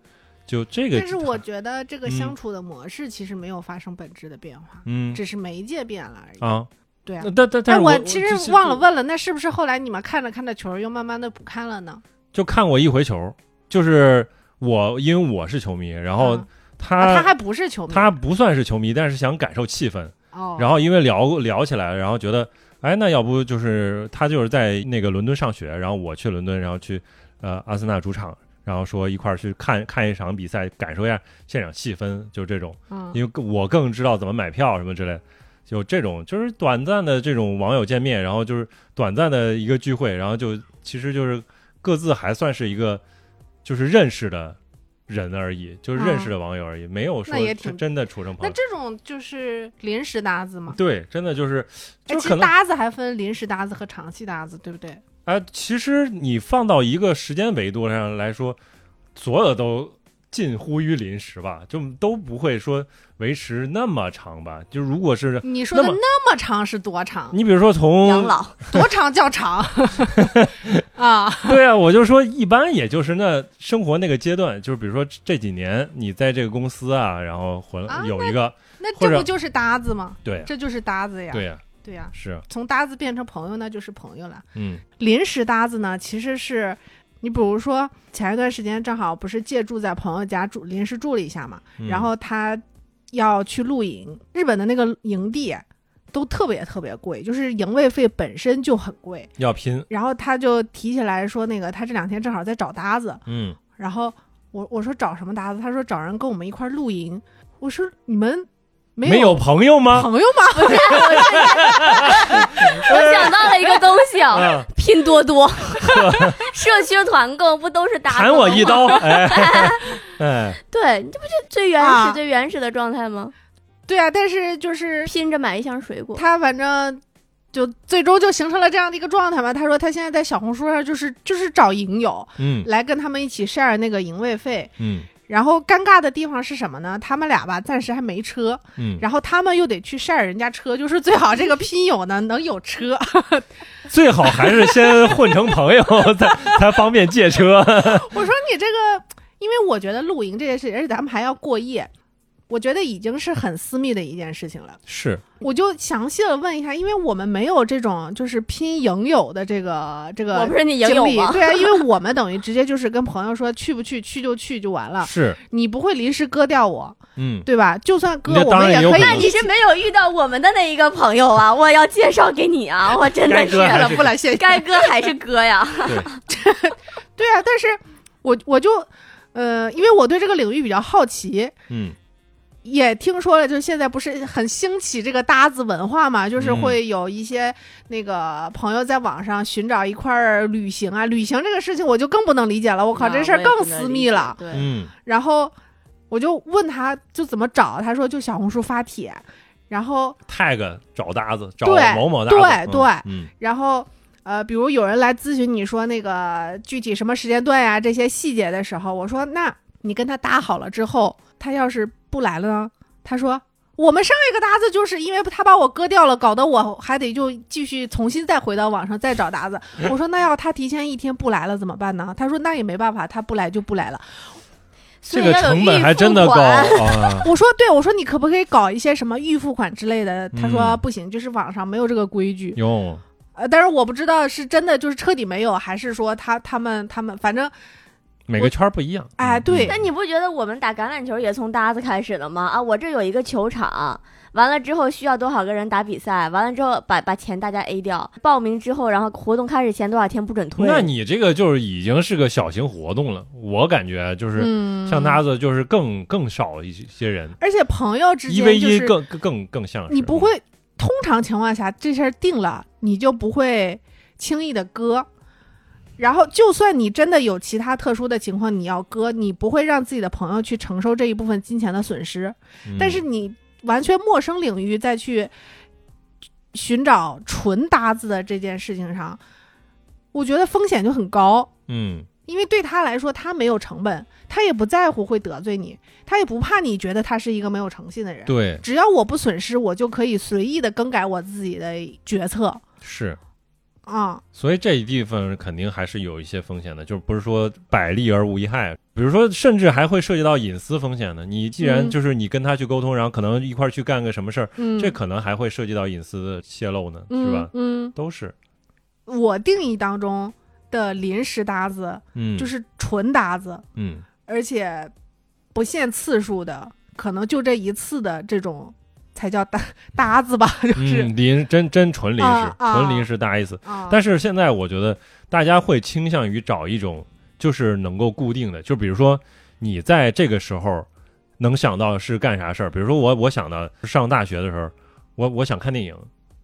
A: 就这个，
B: 但是我觉得这个
A: 嗯
B: 相处的模式其实没有发生本质的变化，
A: 嗯
B: 只是媒介变了而已。
A: 啊，
B: 对啊
A: 那，但但但
B: 哎，
A: 是我
B: 其实
A: 就
B: 忘了问了，那是不是后来你们看着看着球儿又慢慢的不看了呢？
A: 就看过一回球，就是我因为我是球迷，然后
B: 嗯
A: 他、
B: 啊他还不是球迷，
A: 他不算是球迷，但是想感受气氛。
B: 哦，
A: 然后因为聊聊起来了，然后觉得，哎，那要不就是他就是在那个伦敦上学，然后我去伦敦，然后去呃阿森纳主场，然后说一块儿去看看一场比赛，感受一下现场气氛，就这种。
B: 嗯，
A: 因为更我更知道怎么买票什么之类的，就这种就是短暂的这种网友见面，然后就是短暂的一个聚会，然后就其实就是各自还算是一个就是认识的人而已，就是认识的网友而已，没有说
B: 啊那也
A: 真
B: 挺
A: 真的处成朋
B: 那
A: 友。
B: 这种就是临时搭子嘛。
A: 对，真的就是
B: 哎，
A: 就可
B: 其实
A: 能
B: 搭子还分临时搭子和长期搭子，对不对？
A: 哎，其实你放到一个时间维度上来说，所有的都近乎于临时吧，就都不会说维持那么长吧。就如果是
B: 你说的
A: 那么
B: 那么长是多长？
A: 你比如说从
C: 养 老，
B: 多长叫长啊？
A: 对啊，我就说一般也就是那生活那个阶段，就是比如说这几年你在这个公司啊，然后混
B: 啊
A: 有一个、
B: 那
A: 或
B: 这
A: 者
B: 不就是搭子吗？
A: 对
B: 这就是搭子呀。
A: 对呀、
B: 对呀、
A: 是
B: 从搭子变成朋友，那就是朋友了。
A: 嗯
B: 临时搭子呢，其实是你比如说前一段时间正好不是借住在朋友家住临时住了一下嘛，
A: 嗯
B: 然后他要去露营，日本的那个营地都特别特别贵，就是营位费本身就很贵，
A: 要拼
B: 然后他就提起来说那个他这两天正好在找搭子，
A: 嗯
B: 然后我我说找什么搭子，他说找人跟我们一块儿露营，我说你们没有
A: 没有朋友吗？
B: 朋友吗？
C: 我想到了一个东西啊，
A: 啊，
C: 拼 多多，社区团购不都是搭
A: 砍
C: 子
A: 我
C: 吗
A: 一 刀！哎哎，
C: 对，你这不就最原始、
B: 啊
C: 最原始的状态吗？
B: 对啊，但是就是
C: 拼着买一箱水果，
B: 他反正就最终就形成了这样的一个状态嘛。他说他现在在小红书上就是就是找营友
A: 嗯
B: 来跟他们一起 share 那个营位费。
A: 嗯
B: 然后尴尬的地方是什么呢？他们俩吧暂时还没车，
A: 嗯，
B: 然后他们又得去 share 人家车，就是最好这个 拼友呢能有车。
A: 最好还是先混成朋友， 才才方便借车。
B: 我说你这个，因为我觉得露营这件事情，而且咱们还要过夜。我觉得已经是很私密的一件事情了，
A: 是，
B: 我就详细的问一下，因为我们没有这种就是拼营友的这个这个
C: 我不是你
B: 经
C: 营友
B: 历
C: 吗？
B: 对啊，因为我们等于直接就是跟朋友说去不去，去就去就完了，
A: 是，
B: 你不会临时割掉我，
A: 嗯，
B: 对吧？就算割
A: 那
B: 我
A: 当
B: 们
A: 然
B: 也
A: 有
B: 可以
A: 可
C: 那
A: 能
B: 一
C: 你
B: 起，
C: 是没有遇到我们的那一个朋友啊！我要介绍给你啊！我真的
A: 该
C: 是
A: 哥还是
B: 不了，谢谢。
C: 该哥还是哥呀！
B: 对啊，但是我我就呃，因为我对这个领域比较好奇。
A: 嗯
B: 也听说了，就是现在不是很兴起这个搭子文化嘛，就是
A: 嗯
B: 会有一些那个朋友在网上寻找一块儿旅行啊，旅行这个事情我就更不能理解了，啊我靠，这事
C: 啊
B: 儿更私密了。
C: 对，
A: 嗯
B: 然后我就问他，就怎么找？他说就小红书发帖，然后
A: ，tag 找搭子，找
B: 对
A: 某某搭子，
B: 对对
A: 嗯
B: 然后呃，比如有人来咨询你说那个具体什么时间段呀、这些细节的时候，我说那你跟他搭好了之后，他要是不来了呢？他说。我们上一个搭子就是因为他把我割掉了，搞得我还得就继续重新再回到网上再找搭子。我说那要他提前一天不来了怎么办呢？他说那也没办法，他不来就不来了。
C: 所
A: 这个
C: 以要有
A: 成本
C: 预
A: 还
C: 付
A: 真的高
C: 款
A: 啊。
B: 我说对，我说你可不可以搞一些什么预付款之类的？他说
A: 嗯
B: 不行，就是网上没有这个规矩。
A: 哟，
B: 呃，但是我不知道是真的就是彻底没有，还是说他他们他们反正
A: 每个圈儿不一样。
B: 哎
A: 嗯
B: 对
C: 那你不觉得我们打橄榄球也从搭子开始了吗？啊，我这有一个球场，完了之后需要多少个人打比赛，完了之后把把钱大家 A 掉，报名之后，然后活动开始前多少天不准退。
A: 那你这个就是已经是个小型活动了，我感觉就是
B: 嗯，
A: 像搭子就是更更少一些人，
B: 而且朋友之
A: 一
B: 间
A: v
B: 就
A: 一
B: 是
A: 更更更更像是
B: 你不会，通常情况下这事儿定了，你就不会轻易的割。然后，就算你真的有其他特殊的情况，你要割，你不会让自己的朋友去承受这一部分金钱的损失。
A: 嗯
B: 但是你完全陌生领域再去寻找纯搭子的这件事情上，我觉得风险就很高。
A: 嗯，
B: 因为对他来说，他没有成本，他也不在乎会得罪你，他也不怕你觉得他是一个没有诚信的人。
A: 对，
B: 只要我不损失，我就可以随意的更改我自己的决策
A: 是，
B: 啊、
A: 所以这一地方肯定还是有一些风险的，就是不是说百利而无一害。比如说，甚至还会涉及到隐私风险的。你既然
B: 嗯
A: 就是你跟他去沟通，然后可能一块儿去干个什么事儿，
B: 嗯，
A: 这可能还会涉及到隐私泄露呢，
B: 嗯
A: 是吧？
B: 嗯，
A: 都是，
B: 我定义当中的临时搭子
A: 嗯，
B: 就，是纯搭子，
A: 嗯，
B: 而且不限次数的，可能就这一次的这种才叫搭搭子吧， 就是、
A: 嗯，临真真纯临时
B: 啊，啊
A: 纯临时搭意思。
B: 啊，
A: 但
B: 是
A: 是现在我觉得大家会倾向于找一种就是能够固定的，就比如说你在这个时候能想到是干啥事儿，比如说我我想到上大学的时候，我我想看电影，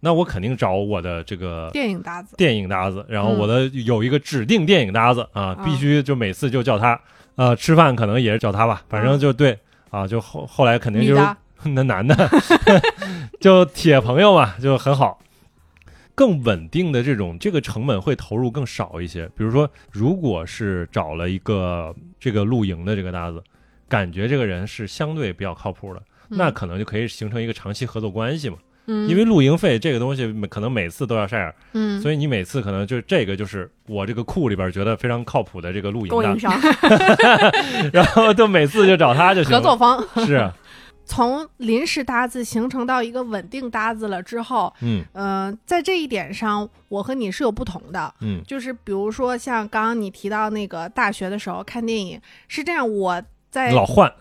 A: 那我肯定找我的这个。
B: 电影搭子，
A: 电影搭子，然后
B: 嗯
A: 我的有一个指定电影搭子啊，
B: 啊
A: 必须就每次就叫他，呃，吃饭可能也是叫他吧，反正就对啊，就后后来肯定
B: 女
A: 就是
B: 嗯 的，
A: 那男的就铁朋友嘛，就很好。更稳定的这种，这个成本会投入更少一些。比如说，如果是找了一个这个露营的这个搭子，感觉这个人是相对比较靠谱的，那可能就可以形成一个长期合作关系嘛。
B: 嗯、
A: 因为露营费这个东西每，可能每次都要 share，
B: 嗯，
A: 所以你每次可能就这个就是我这个库里边觉得非常靠谱的这个露营
C: 供
A: 搭
C: 应
A: 子，
C: 商，
A: 然后就每次就找他就行
B: 合
A: 了。
B: 作方
A: 是，啊
B: 从临时搭子形成到一个稳定搭子了之后，
A: 嗯
B: 嗯、在这一点上，我和你是有不同的。
A: 嗯
B: 就是比如说，像刚刚你提到那个大学的时候看电影是这样，我在
A: 老换，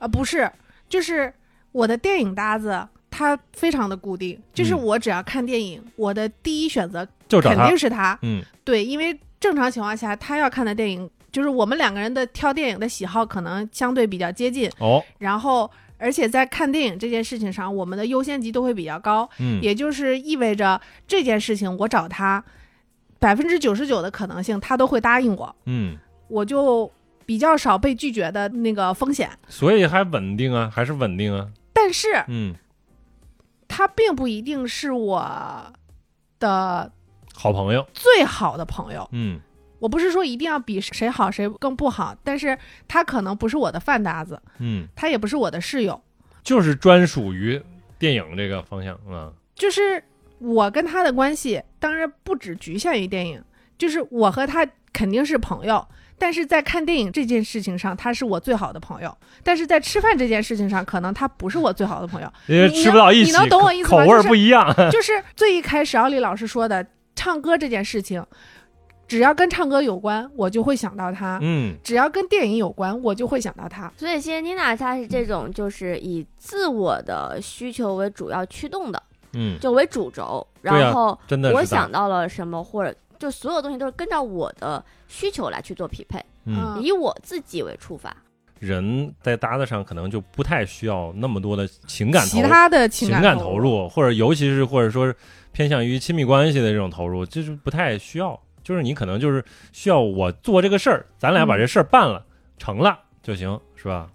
B: 啊，不是，就是我的电影搭子，它非常的固定，就是
A: 嗯
B: 我只要看电影，我的第一选择
A: 就找
B: 肯
A: 他
B: 定。是他。
A: 嗯
B: 对，因为正常情况下，他要看的电影，就是我们两个人的挑电影的喜好可能相对比较接近，
A: 哦，
B: 然后而且在看电影这件事情上，我们的优先级都会比较高，
A: 嗯，
B: 也就是意味着这件事情我找他，百分之九十九的可能性他都会答应我，
A: 嗯，
B: 我就比较少被拒绝的那个风险。
A: 所以还稳定啊，还是稳定啊。
B: 但是，
A: 嗯，
B: 他并不一定是我的
A: 好朋友。
B: 最好的朋友。
A: 嗯
B: 我不是说一定要比谁好谁更不好，但是他可能不是我的饭搭子，
A: 嗯，
B: 他也不是我的室友，
A: 就是专属于电影这个方向啊。
B: 就是我跟他的关系，当然不只局限于电影，就是我和他肯定是朋友。但是在看电影这件事情上，他是我最好的朋友；但是在吃饭这件事情上，可能他不是我最好的 朋友。
A: 因为
B: 你
A: 吃不到一起，
B: 你能懂我意思
A: 口
B: 吗
A: 口味儿
B: 就是
A: 不一 样。
B: 就是最一开始奥利老师说的，唱歌这件事情，只要跟唱歌有关，我就会想到他；
A: 嗯，
B: 只要跟电影有关，我就会想到他。
C: 所以其实妮娜她是这种就是以自我的需求为主要驱动的，
A: 嗯，
C: 就为主轴，
A: 对啊
C: 然后
A: 真的是
C: 我
A: 大
C: 想到了什么或者。就所有东西都是跟照我的需求来去做匹配，
A: 嗯，
C: 以我自己为出发。
A: 人在搭子上可能就不太需要那么多的情感投
B: 其
A: 入。
B: 他的
A: 情
B: 情
A: 感
B: 投
A: 投，入，或者尤其是或者说是偏向于亲密关系的这种投入，就是不太需要。就是你可能就是需要我做这个事儿，咱俩把这事儿办了、成了就行，是吧？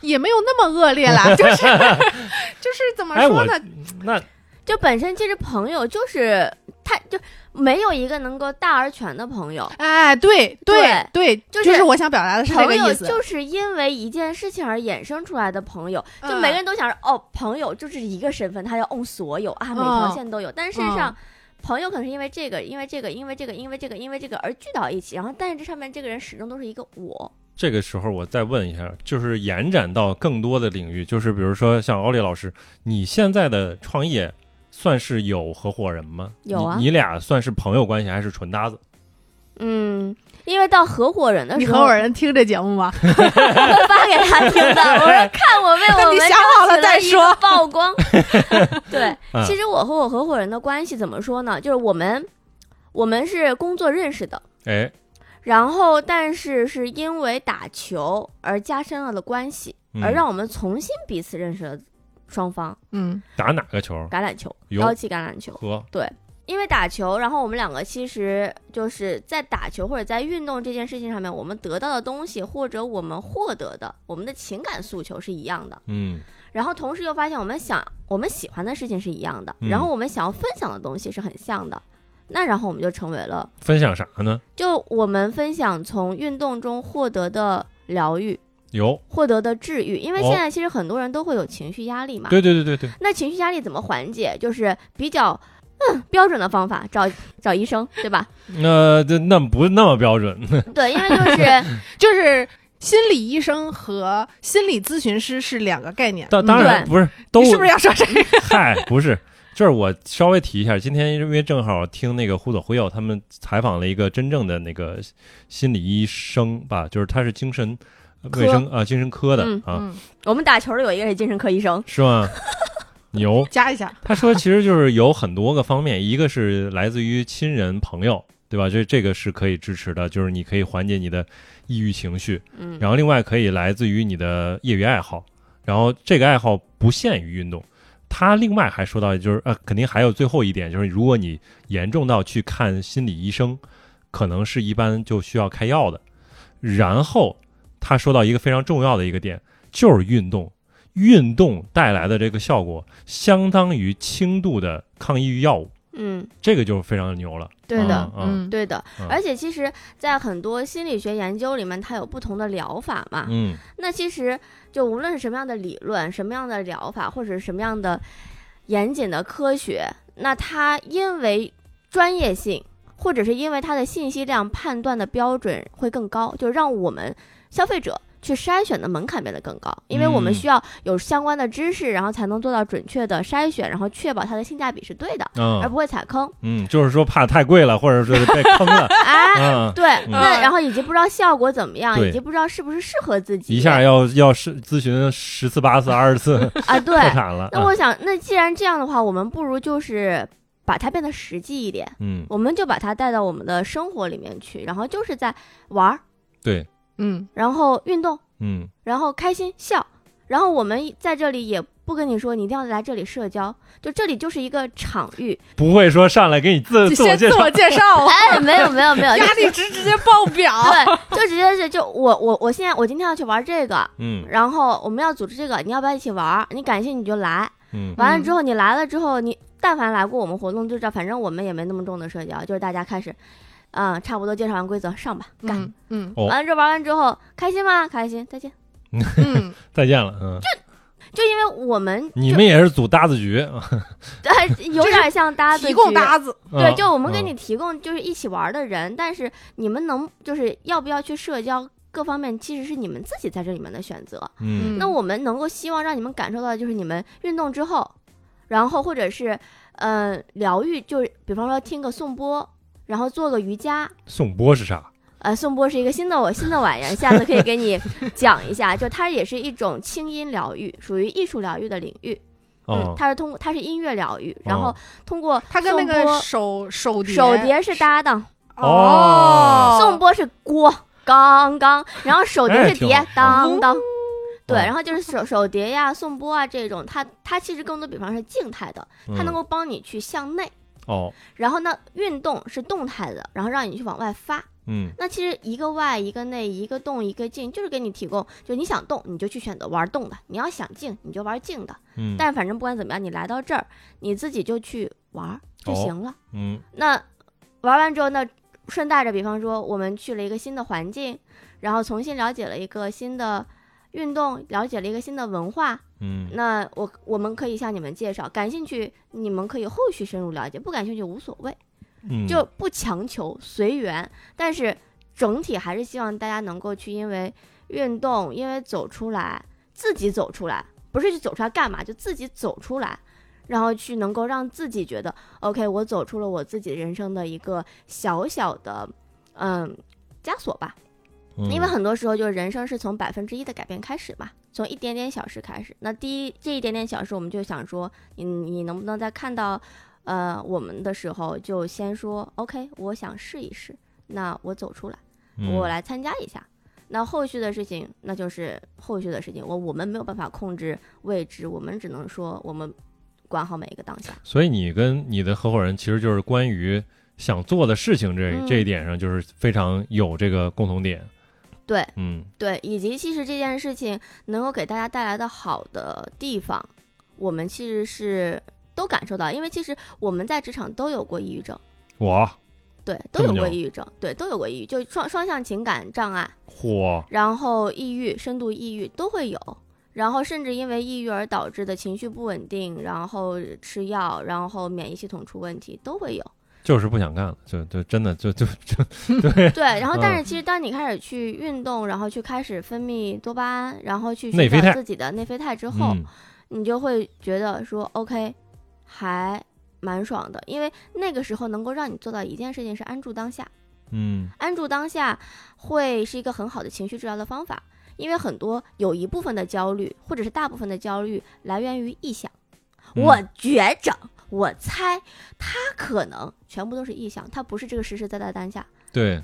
B: 也没有那么恶劣啦，就是 就是怎么
A: 哎，
B: 说
A: 我
B: 呢？
A: 那
C: 就本身其实朋友就是他就没有一个能够大而全的朋友，
B: 哎，对对对，
C: 就
B: 就是我想表达的是这
C: 朋
B: 个
C: 友
B: 意思。
C: 就是因为一件事情而衍生出来的朋友，就
B: 嗯
C: 每个人都想着哦，朋友就是一个身份，他要 own 所有啊，每
B: 嗯
C: 条线都有。但事实上，朋友可能是因为这个，因为这个，因为这个，因为这个，因为这个而聚到一起，然后但是这上面这个人始终都是一个我。
A: 这个时候我再问一下，就是延展到更多的领域，就是比如说像奥利老师，你现在的创业算是有合伙人吗？
C: 有啊
A: 你，你俩算是朋友关系还是纯搭子？
C: 嗯，因为到合伙人的
B: 你
C: 时
B: 合
C: 候，
B: 伙
C: 我
B: 人听这节目吗？
C: 发给他听 的，我说看我为我
B: 你
C: 们
B: 想好了再
C: 争取一个
B: 说
C: 曝 光。对
A: 嗯，
C: 其实我和我合伙人的关系怎么说呢？就是我们我们是工作认识的。
A: 哎，
C: 然后，但是是因为打球而加深了的关系，
A: 嗯
C: 而让我们重新彼此认识了双方
B: 嗯
A: 打哪个球？
C: 橄榄球，
A: 哟
C: 高级橄榄球。
A: 和
C: 因为打球，然后我们两个其实就是在打球或者在运动这件事情上面，我们得到的东西或者我们获得的我们的情感诉求是一样的。
A: 嗯
C: 然后同时又发现我们想我们喜欢的事情是一样的，
A: 嗯
C: 然后我们想要分享的东西是很像的。那然后我们就成为了，
A: 分享啥呢？
C: 就我们分享从运动中获得的疗愈，
A: 有，
C: 获得的治愈，因为
A: 哦
C: 现在其实很多人都会有情绪压力嘛。
A: 对对对对对，
C: 那情绪压力怎么缓解？就是比较。嗯，标准的方法找找医生，对 吧？
A: 那这那不那么标准，
C: 对，因 为就是
B: 就是心理医生和心理咨询师是两个概念。嗯
A: 当当然不是都
B: 你是不是要说这个？
A: 嗨，不是，这儿我稍微提一下，今天因为正好听那个忽左忽右他们采访了一个真正的那个心理医生吧，就是他是精神卫生啊、精神科的、
C: 嗯
A: 啊，
B: 嗯，
C: 我们打球的有一个是精神科医生，
A: 是吗？ 牛，
B: 加一下，
A: 他说其实就是有很多个方面，一个是来自于亲人朋友，对吧？这这个是可以支持的，就是你可以缓解你的抑郁情绪，
C: 嗯，
A: 然后另外可以来自于你的业余爱好，然后这个爱好不限于运动。他另外还说到，就是呃，肯定还有最后一点，就是如果你严重到去看心理医生，可能是一般就需要开药的。然后他说到一个非常重要的一个点，就是运动，运动带来的这个效果相当于轻度的抗抑郁药物，
C: 嗯，
A: 这个就非常牛了。
C: 对的，
A: 啊
B: 嗯，
C: 对的
A: 嗯，
C: 而且其实，在很多心理学研究里面，它有不同的疗法嘛。
A: 嗯，
C: 那其实就无论是什么样的理论、什么样的疗法，或者是什么样的严谨的科学，那它因为专业性，或者是因为它的信息量判断的标准会更高，就让我们消费者。去筛选的门槛变得更高，因为我们
A: 嗯
C: 需要有相关的知识，然后才能做到准确的筛选，然后确保它的性价比是对的，而
A: 嗯
C: 啊不会 踩坑。
A: 嗯，就是说怕太贵了，或者说是被坑了，
C: 哎，
A: 嗯，
C: 对，那
B: 嗯
C: 然后以及不知道效果怎么样，
A: 对
C: 以及不知道是不是适合自己。
A: 一下要要是咨询十次八次二十次 破
C: 啊，对。
A: 产
B: 嗯
A: 了。
C: 那
A: 啊
C: 我想，那既然这样的话，我们不如就是把它变得实际一点，
A: 嗯，
C: 我们就把它带到我们的生活里面去，然后就是在玩儿，
A: 对，
B: 嗯，
C: 然后运动，
A: 嗯
C: 然后开心笑，然后我们在这里也不跟你说你一定要来这里社交，就这里就是一个场域。
A: 不会说上来给你自
B: 就
A: 自我
B: 嗯先
A: 介
B: 自
A: 绍
B: 我，介 绍，
C: 哎，没有没有 没有，就
B: 哦压力值直接 爆表。
C: 对，就直接是就我我我现在我今天要去玩这个，
A: 嗯
C: 然后我们要组织这个，你要不要一起玩儿？你感兴趣你就来。
A: 嗯
C: 完了
B: 嗯
C: 之后，你来了之后，你但凡来过我们活动，就知道，反正我们也没那么重的社交，就是大家开始，啊、差不多介绍完规则，上吧，干。
B: 嗯 嗯
A: 哦
C: 完了之后玩完之后，开心吗？开心，再见。
B: 嗯，
A: 再见了，嗯，
C: 就因为我们就
A: 你们也是组搭子局，啊
C: 对，有
B: 就是
C: 点像搭子
B: 提供
C: 局
B: 搭子，
C: 对，
A: 嗯
C: 就我们给你提供就是一起玩的人，但是你们能就是要不要去社交各方面，其实是你们自己在这里面的选择。
A: 嗯
C: 那我们能够希望让你们感受到，就是你们运动之后，然后或者是嗯、呃疗愈，就是比方说听个颂钵，然后做个瑜伽。
A: 宋波是啥？
C: 呃，颂钵是一个新的我新的玩意儿，下次可以 给你讲一下。就它也是一种清音疗愈，属于艺术疗愈的领域。嗯
A: 哦，
C: 它是通过它是音乐疗愈，然
A: 哦
C: 后通过
B: 它跟那
C: 颂
B: 个
C: 钵
B: 手手碟
C: 手碟是搭档，
A: 哦
C: 颂钵是锅，刚刚，然后手碟
A: 哎
C: 是
A: 挺
C: 碟
A: 好，
C: 当当。对，
A: 哦
C: 然后就是手手碟呀、颂钵啊这种，它它其实更多，比方是静态的，它
A: 嗯
C: 能够帮你去向内。
A: 哦，
C: 然后呢，运动是动态的，然后让你去往外发。
A: 嗯
C: 那其实一个外，一个内，一个动，一个静，就是给你提供，就你想动，你就去选择玩动的；你要想静，你就玩静的。
A: 嗯，
C: 但反正不管怎么样，你来到这儿，你自己就去玩儿就
A: 哦
C: 行了。
A: 嗯
C: 那玩完之后，那顺带着，比方说我们去了一个新的环境，然后重新了解了一个新的运动，了解了一个新的文化。
A: 嗯
C: 那我我们可以向你们介绍，感兴趣你们可以后续深入了解，不感兴趣无所谓，
A: 嗯，
C: 就不强求，随缘。但是整体还是希望大家能够去因为运动，因为走出来，自己走出来，不是去走出来干嘛，就自己走出来。然后去能够让自己觉得，OK，我走出了我自己人生的一个小小的，嗯，枷锁吧。
A: 嗯
C: 因为很多时候就是人生是从百分之一的改变开始嘛，从一点点小事开始。那第一这一点点小事，我们就想说，你你能不能在看到，呃，我们的时候就先说，OK，我想试一试，那我走出来，
A: 嗯
C: 我，来参加一下。那后续的事情，那就是后续的事情，我我们没有办法控制未知，我们只能说我们管好每一个当下。
A: 嗯所以你跟你的合伙人其实就是关于想做的事情这
C: 嗯
A: 这一点上，就是非常有这个共同点，
C: 对
A: 嗯
C: 对，以及其实这件事情能够给大家带来的好的地方，我们其实是都感受到，因为其实我们在职场都有过抑郁症，
A: 我
C: 对，
A: 这
C: 都有
A: 么
C: 过
A: 牛
C: 抑郁症，对，都有过抑郁，就双双向情感障碍，
A: 嚯，
C: 然后抑郁、深度抑郁都会有，然后甚至因为抑郁而导致的情绪不稳定，然后吃药，然后免疫系统出问题都 会有。
A: 就是不想干了，就就真的就就就
C: 对，然后
A: 嗯
C: 但是其实当你开始去运动，然后去开始分泌多巴胺，然后去
A: 内
C: 寻
A: 啡肽
C: 找自己的内啡肽之后，
A: 嗯
C: 你就会觉得说 OK，还蛮爽的，因为那个时候能够让你做到一件事情是安住当下。
A: 嗯
C: 安住当下会是一个很好的情绪治疗的方法，因为很多有一部分的焦虑，或者是大部分的焦虑来源于臆想。
A: 嗯
C: 我觉着，我猜，它可能全部都是臆想，它不是这个实实在在当下。
A: 对，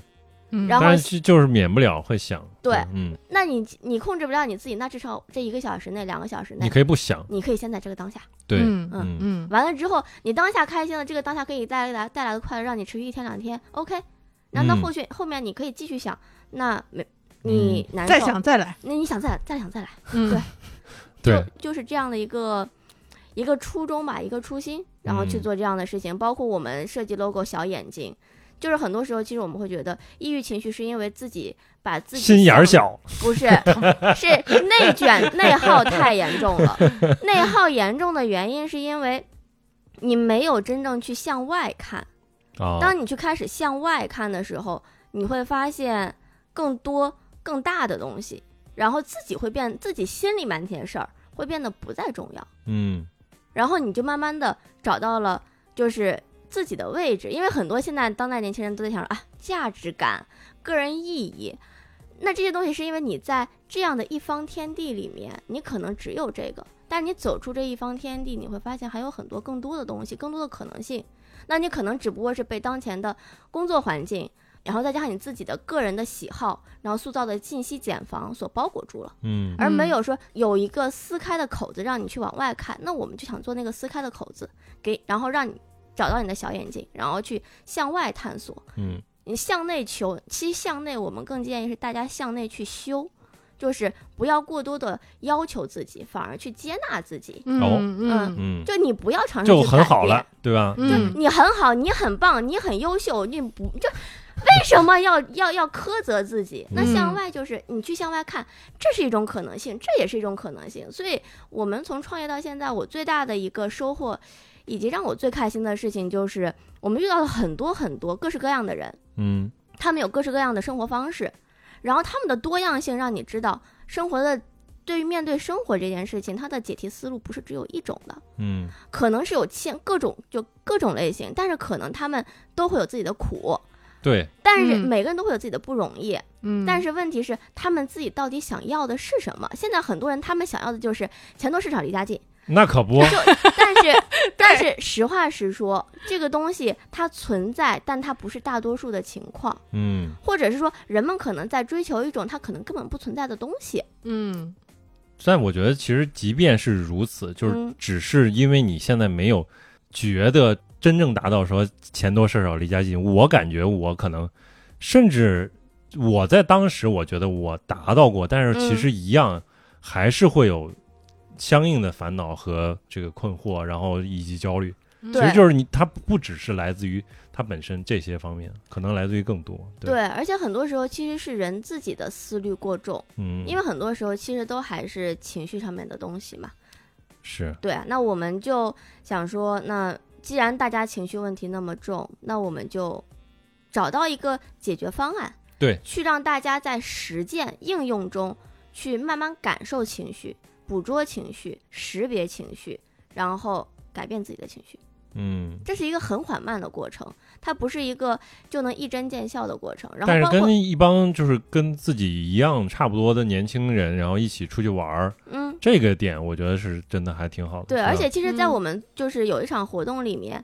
B: 嗯
C: 然后
A: 但是就就是免不了会想，
C: 对
A: 嗯，
C: 那你你控制不了你自己，那至少这一个小时内、两个小时
A: 嗯你
C: 内，
A: 可以不想，
C: 你可以先在这个当下。
A: 对，
B: 嗯
A: 嗯
B: 嗯
C: 完了之后，你当下开心了，这个当下可以带来带来的快乐，让你持续一天两天，OK。那那
A: 嗯嗯
C: 后续、后面你可以继续想，那没你难受，
B: 再想再来，
C: 那你想再来再想再来，
B: 嗯
C: 对
A: 对，
C: 就就是这样的一个一个初衷吧，一个初心，然后去
A: 嗯
C: 做这样的事情。包括我们设计 logo 小眼睛，就是很多时候其实我们会觉得抑郁情绪是因为自己把自己
A: 心眼儿
C: 想，
A: 小，
C: 不是 是内卷内耗太严重了。内耗严重的原因是因为你没有真正去向外看。
A: 啊，
C: 当你去开始向外看的时候，你会发现更多更大的东西，然后自己会变，自己心里面那些事儿会变得不再重要，
A: 嗯
C: 然后你就慢慢的找到了就是自己的位置，因为很多现在当代年轻人都在想说啊，价值感、个人意义。那这些东西是因为你在这样的一方天地里面，你可能只有这个，但你走出这一方天地，你会发现还有很多更多的东西，更多的可能性。那你可能只不过是被当前的工作环境，然后再加上你自己的个人的喜好，然后塑造的信息茧房所包裹住了，
A: 嗯
C: 而没
B: 嗯
C: 有说有一个撕开的口子让你去往外看。那我们就想做那个撕开的口子，给然后让你找到你的小眼睛，然后去向外探索。
A: 嗯
C: 你向内求，其实向内我们更建议是大家向内去修，就是不要过多的要求自己，反而去接纳自己。
B: 嗯
A: 哦
B: 嗯
A: 嗯，
C: 就你不要尝试
A: 就
C: 去
A: 很
C: 改
A: 好
C: 变
A: 了，对吧？
B: 嗯
C: 你很好，你很棒，你很优秀，你不就为什么要要要苛责自己？那向
B: 嗯
C: 外就是你去向外看，这是一种可能性，这也是一种可能性。所以，我们从创业到现在，我最大的一个收获，以及让我最开心的事情，就是我们遇到了很多很多各式各样的人，
A: 嗯
C: 他们有各式各样的生活方式，然后他们的多样性让你知道生活的对于面对生活这件事情，它的解题思路不是只有一种的。
A: 嗯
C: 可能是有千各种就各种类型，但是可能他们都会有自己的苦，
A: 对，
C: 但是
B: 嗯
C: 每个人都会有自己的不容易。
B: 嗯，
C: 但是问题是，他们自己到底想要的是什么？现在很多人他们想要的就是钱多事少离家近，
A: 那可不，
C: 但是但是实话实说，这个东西它存在，但它不是大多数的情况，
A: 嗯
C: 或者是说人们可能在追求一种它可能根本不存在的东西。
B: 嗯
A: 但我觉得其实即便是如此，就是
C: 嗯
A: 只是因为你现在没有觉得真正达到说钱多事少离家近，我感觉我可能甚至我在当时我觉得我达到过，但是其
C: 嗯
A: 实一样还是会有相应的烦恼和这个困惑，然后以及焦虑。其
C: 嗯对
A: 实就是你，它不只是来自于它本身这些方面，可能来自于更多。对，
C: 对，而且很多时候其实是人自己的思虑过重，
A: 嗯，
C: 因为很多时候其实都还是情绪上面的东西嘛。
A: 是
C: 对啊，那我们就想说，那既然大家情绪问题那么重，那我们就找到一个解决方案，
A: 对，
C: 去让大家在实践应用中去慢慢感受情绪、捕捉情绪、识别情绪，然后改变自己的情绪。
A: 嗯，
C: 这是一个很缓慢的过程，它不是一个就能一针见效的过程。然
A: 但
C: 后
A: 是
C: 包括
A: 跟一帮就是跟自己一样差不多的年轻人，然后一起出去玩儿，
C: 嗯，
A: 这个点我觉得是真的还挺好的。
C: 对，
A: 是吧
C: 而且其实，在
B: 嗯
C: 我们就是有一场活动里面，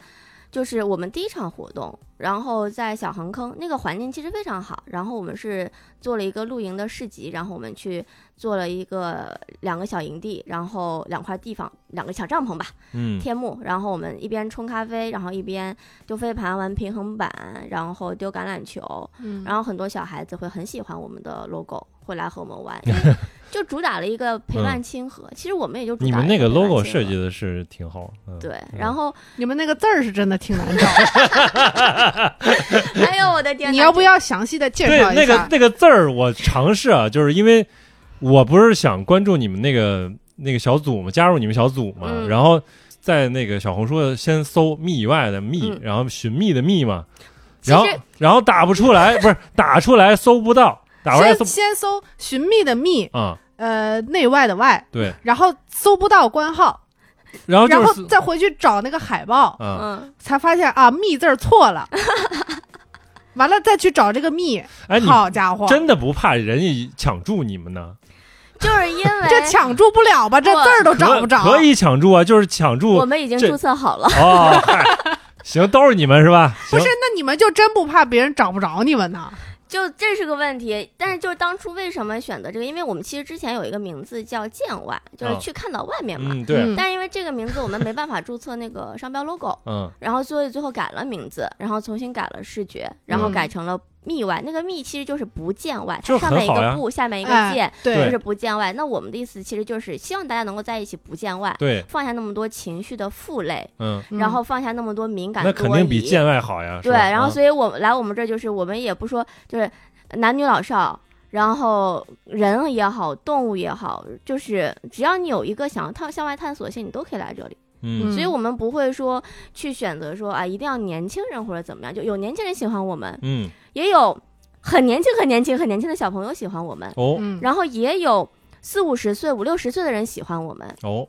C: 就是我们第一场活动，然后在小横坑那个环境其实非常好，然后我们是做了一个露营的市集，然后我们去做了一个两个小营地，然后两块地方两个小帐篷吧，
A: 嗯
C: 天幕，然后我们一边冲咖啡，然后一边丢飞盘、玩平衡板，然后丢橄榄球，
B: 嗯
C: 然后很多小孩子会很喜欢我们的 logo，会来和我们玩，因为就主打了一个陪伴亲和。其实我们也就主
A: 嗯
C: 打
A: 你们那
C: 一
A: 个
C: 陪伴
A: logo
C: 亲
A: 设
C: 和
A: 计的是挺好，嗯，
C: 对，
A: 嗯
C: 然后
B: 你们那个字儿是真的挺难找的，
C: 哎呦我哦的天哪，
B: 你要不要详细的介
A: 对
B: 绍一下？
A: 那个那个字儿，我尝试啊，就是因为我不是想关注你们那个那个小组嘛，加入你们小组嘛，
C: 嗯
A: 然后在那个小红书的先搜“密”以外的“密”，
C: 嗯
A: 然后寻觅的“觅”嘛，
C: 其
A: 然后
C: 实
A: 然后打不出来，不是打出来搜不到，打出来搜
B: 先先搜寻觅的觅，
A: 啊、
B: 呃，内外的外，
A: 对，
B: 然后搜不到官号，
A: 然后
B: 然
A: 就
B: 后
A: 是
B: 再回去找那个海报，
A: 啊，
C: 嗯，
B: 才发现啊，密字儿错了。 完了再去找这个密，
A: 哎，你
B: 好家伙，
A: 真的不怕人家抢注你们呢？
C: 就是因为
B: 这抢注不了吧？这
C: 我
B: 字儿都找
A: 可
B: 不着。
A: 可以抢注啊，就是抢注
C: 我们已经
A: 这
C: 注册 好了，
A: 哦，嗨，行，都是你们是 吧？
B: 不
A: 行
B: 是，，那你们就真不怕别人找不着你们呢？
C: 就这是个问题。但是就是当初为什么选择这个？因为我们其实之前有一个名字叫“见外”，就是
A: 嗯
C: 去看到外面嘛。
A: 嗯，对，
B: 嗯
C: 但是因为这个名字我们没办法注册那个商标 logo，
A: 嗯
C: 然后所以最后改了名字，然后重新改了视觉，然后
B: 嗯
C: 改成了密外。那个密其实就是不见外，
A: 就
C: 它
A: 是
C: 上面一
A: 很好
C: 个
A: 呀
C: 不，下面一个见，
B: 哎，
C: 就
B: 对
C: 是不见外。那我们的意思其实就是希望大家能够在一起不见外，
A: 对，
C: 放下那么多情绪的负累，
A: 嗯，
B: 嗯
C: 然后放下那么多敏感
A: 那
C: 多疑。
A: 肯定比见外好呀。是
C: 对，
A: 吧
C: 然后
A: 嗯
C: 所以我们来我们这儿就是我们也不说就是男女老少，然后人也好，动物也好，就是只要你有一个想要探向外探索性，你都可以来这里。
A: 嗯
B: 嗯
C: 所以我们不会说去选择说啊，一定要年轻人或者怎么样，就有年轻人喜欢我们，
A: 嗯
C: 也有很年轻、很年轻、很年轻的小朋友喜欢我们，
A: 哦
B: 嗯，
C: 然后也有四五十岁、五六十岁的人喜欢我们。
A: 哦，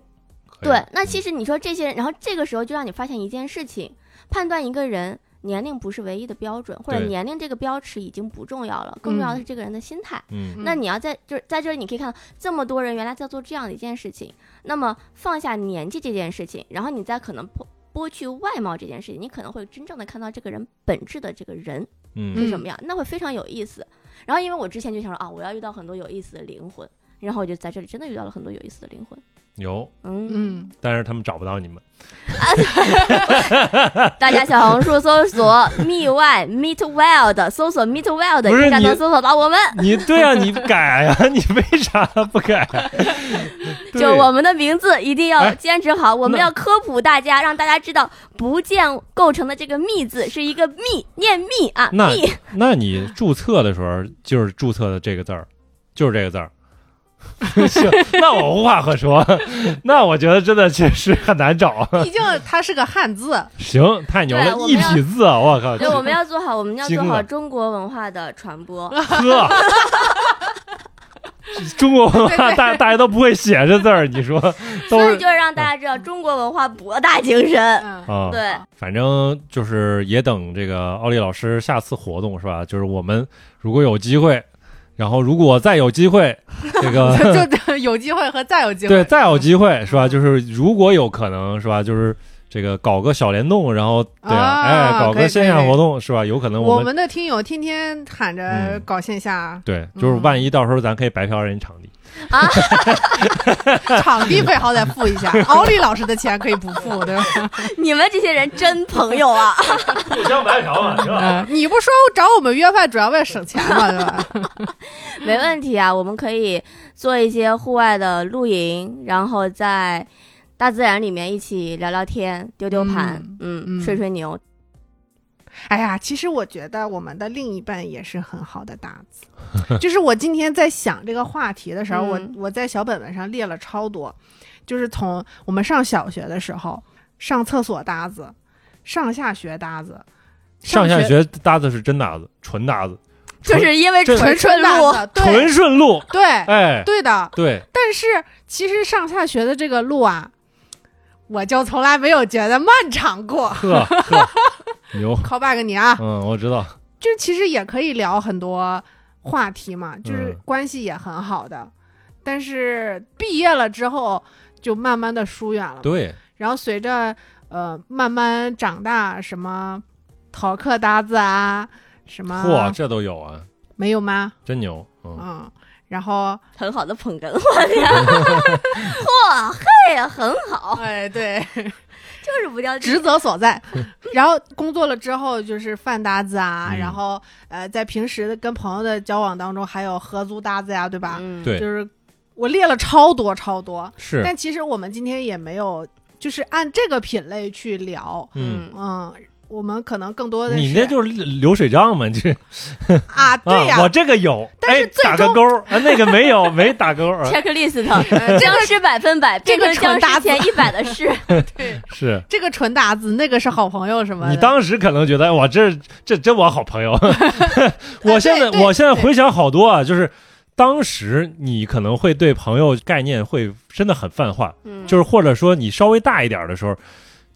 A: 可以
C: 对，那其实你说这些人，然后这个时候就让你发现一件事情，判断一个人年龄不是唯一的标准，或者
A: 对
C: 年龄这个标尺已经不重要了，更重要的
B: 嗯
C: 是这个人的心态。
A: 嗯
C: 那你要在就是在这里，你可以看到这么多人原来在做这样的一件事情，那么放下年纪这件事情，然后你再可能剥剥去外貌这件事情，你可能会真正的看到这个人本质的这个人
A: 嗯
C: 是什么样，那会非常有意思。然后因为我之前就想说啊，我要遇到很多有意思的灵魂，然后我就在这里真的遇到了很多有意思的灵魂。
A: 有，
C: 嗯，
B: 嗯，
A: 但是他们找不到你们。
C: 大家小红书搜索 “meet y meet wild”，搜索 “meet wild”，
A: 不是
C: 应该
A: 你
C: 能搜索到我们。
A: 你对啊，你改啊， 你为啥不改 啊？对
C: 就我们的名字一定要
A: 哎
C: 坚持好，我们
A: 那
C: 要科普大家，让大家知道“不见”构成的这个“密”字是一个“密”，念“密”啊，“
A: 那
C: 密
A: 那你注册的时候就是注册的这个字儿，就是这个字儿。 行，那我无话可说。那我觉得真的确实很难找。
B: 毕竟它是个汉字，
A: 行，太牛
C: 对
A: 了
C: 我，们
A: 一体字啊！我”。靠，
C: 对，我们要做好，我们要做
A: 惊
C: 好
A: 了
C: 中国文化的传播。
A: 呵，啊中国文化大大家都不会写这字儿，你说 都
C: 所以
A: 是
C: 就是让大家知道中国文化博大精深。
B: 嗯，
A: 啊？
C: 对，
A: 反正就是也等这个奥利老师下次活动是吧？就是我们如果有机会，然后如果再有机会，这 个
B: 就 就有机会和再有机会，
A: 对再有机会是吧？就是如果有可能是吧？就是。这个搞个小联动，然后对
B: 啊
A: 哎，搞
B: 可以可
A: 个
B: 以
A: 线下
B: 可以
A: 活动是吧？有可能
B: 我
A: 们
B: 们的听友天天喊着
A: 嗯
B: 搞线下，
A: 对，就是
B: 嗯
A: 万一到时候咱可以白嫖人家场地，哎
B: 场地费好歹 付一下，奥利老师的钱可以不付，对吧？
C: 你们这些人真朋友啊！
A: 互相白嫖嘛，是吧？
B: 嗯，你不说找我们约饭主要为了省钱嘛，对吧？
C: 没问题啊，我们可以做一些户外的露营，然后在大自然里面一起聊聊天、丢丢盘，嗯，
B: 嗯
C: 吹吹牛。
B: 哎呀，其实我觉得我们的另一半也是很好的搭子。就是我今天在想这个话题的时候，
C: 嗯
B: 我我在小本本上列了超多，就是从我们上小学的时候，上厕所搭子，上下学搭子，
A: 上下
B: 学
A: 学搭子是真搭子，纯搭子，
C: 就
A: 纯
C: 是因为
A: 这
C: 纯
B: 纯
C: 露，
B: 搭子，对
A: 纯顺路，
B: 对
A: 哎，
B: 对的。
A: 对，
B: 但是其实上下学的这个路啊，我就从来没有觉得漫长过。
A: 呵呵，牛，
B: call back 你啊，
A: 嗯，我知道，
B: 就其实也可以聊很多话题嘛，就是
A: 嗯
B: 关系也很好的，但是毕业了之后就慢慢的疏远了嘛。
A: 对，
B: 然后随着呃慢慢长大，什么逃课搭子啊，什
A: 嚯，
B: 么
A: 这都有啊，
B: 没有吗？
A: 真牛，嗯，
B: 嗯，然后
C: 很好的捧哏，我 天，嚯嘿，很好，
B: 哎对，
C: 就是不掉
B: 职责所 在。 然后工作了之后就是饭搭子啊，
A: 嗯
B: 然后呃在平时跟朋友的交往当中还有合租搭子呀、对吧？
C: 嗯，
A: 对
B: 就是我列了超多超多，
A: 是，
B: 但其实我们今天也没有，就是按这个品类去聊，
A: 嗯，
B: 嗯，我们可能更嗯多的是
A: 你那就是流水账嘛，这
B: 啊，对呀、
A: 啊，我这个有，
B: 但是
A: 哎
B: 最
A: 打个
B: 终
A: 勾儿，啊，那个没有， 没打勾儿，啊
C: 嗯 checklist，
B: 呃
C: 这个是百分百，
B: 这个
C: 变成
B: 纯搭
C: 僵
B: 子
C: 尸前一百的事。
A: 是。
B: 这个纯打字，那个是好朋友什么的。
A: 你当时可能觉得哎我这这真我好朋 友， 我现在、
B: 啊对对
A: 我现在回想好多啊，就是当时你可能会对朋友概念会真的很泛化，
C: 嗯，
A: 就是或者说你稍微大一点的时候，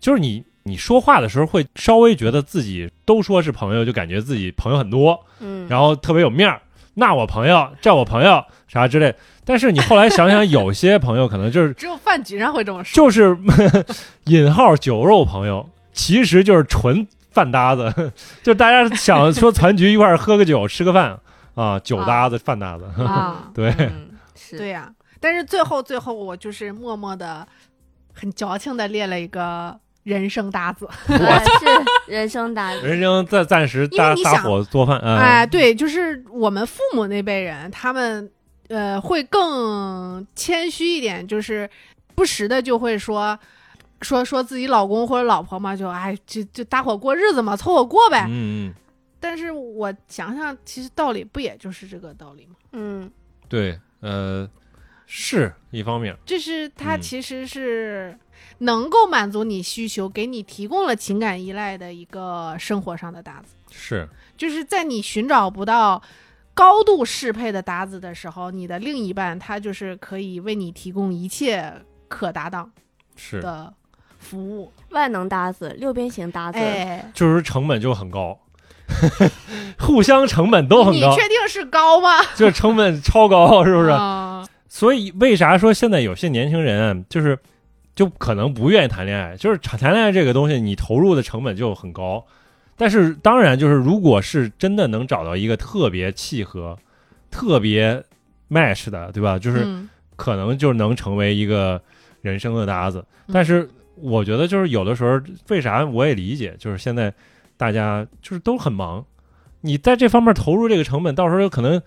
A: 就是你你说话的时候会稍微觉得自己都说是朋友，就感觉自己朋友很多，
C: 嗯，
A: 然后特别有面儿，那我朋友，这我朋友啥之类。但是你后来 想想，有些朋友可能就是
B: 只有饭局上会这么说，
A: 就是 引号酒肉朋友，其实就是纯饭搭子， 就是大家想说攒局一块儿喝个酒吃个饭啊，酒搭子、饭搭子，
B: 啊，
A: 对
C: 嗯，是，
B: 对呀、但是最后最后，我就是默默的、很矫情的列了一个人生搭子。
C: 呃是人生达人。
A: 人生暂暂时
B: 因为
A: 搭
B: 你想
A: 搭伙做饭啊，
B: 哎，对，就是我们父母那辈人，他们呃会更谦虚一点，就是不时的就会说。说说自己老公或者老婆嘛，就哎，就就搭伙过日子嘛，凑合过呗。
A: 嗯嗯，
B: 但是我想想，其实道理不也就是这个道理吗？
C: 嗯，
A: 对，呃，是一方面，
B: 就是它
A: 嗯
B: 其实是能够满足你需求，给你提供了情感依赖的一个生活上的搭子。
A: 是
B: 就是在你寻找不到高度适配的搭子的时候，你的另一半他就是可以为你提供一切可搭档
A: 是，
B: 的服务。
C: 万能搭子，六边形搭子，
B: 哎，
A: 就是成本就很高。 互相成本都很
B: 你
A: 高，
B: 确定是高吗？
A: 就是成本超高，是不是？
B: 啊
A: 所以为啥说现在有些年轻人啊就是就可能不愿意谈恋爱？就是谈谈恋爱这个东西，你投入的成本就很高。但是当然，就是如果是真的能找到一个特别契合、特别 match 的，对吧？就是
B: 嗯
A: 可能就能成为一个人生的搭子。
B: 嗯
A: 但是我觉得，就是有的时候，为啥我也理解，就是现在大家就是都很忙，你在这方面投入这个成本，到时候可能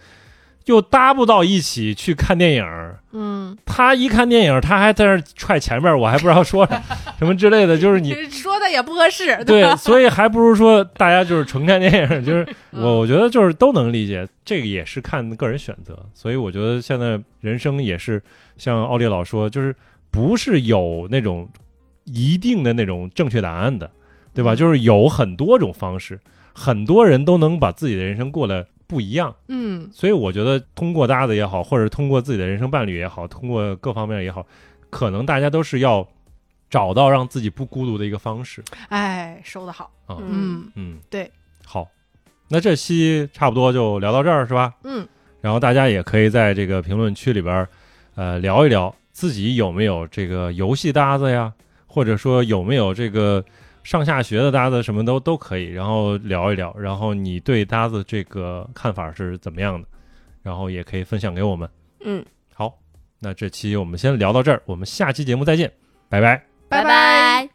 A: 又搭不到一起去看电影儿。
B: 嗯，
A: 他一看电影，他还在那儿踹前面，我还不知道说啥什么之类的，就是你
B: 你说的也不合适，
A: 对，
B: 吧？
A: 所以还不如说大家就是纯看电影，就是我我觉得就是都能理解，这个也是看个人选择，所以我觉得现在人生也是像奥利老说，就是不是有那种一定的那种正确答案的，对吧？就是有很多种方式，很多人都能把自己的人生过得不一样。
B: 嗯，
A: 所以我觉得通过搭子也好，或者通过自己的人生伴侣也好，通过各方面也好，可能大家都是要找到让自己不孤独的一个方式
B: 哎，说的好，
A: 啊。
C: 嗯
B: 嗯
A: 嗯，
B: 对，
A: 好，那这期差不多就聊到这儿是吧？
B: 嗯，
A: 然后大家也可以在这个评论区里边儿，呃，聊一聊自己有没有这个游戏搭子呀，或者说有没有这个上下学的搭子，什么都都可以，然后聊一聊，然后你对搭子这个看法是怎么样的，然后也可以分享给我们。
C: 嗯，
A: 好，那这期我们先聊到这儿，我们下期节目再见，拜拜。
C: 拜
B: 拜。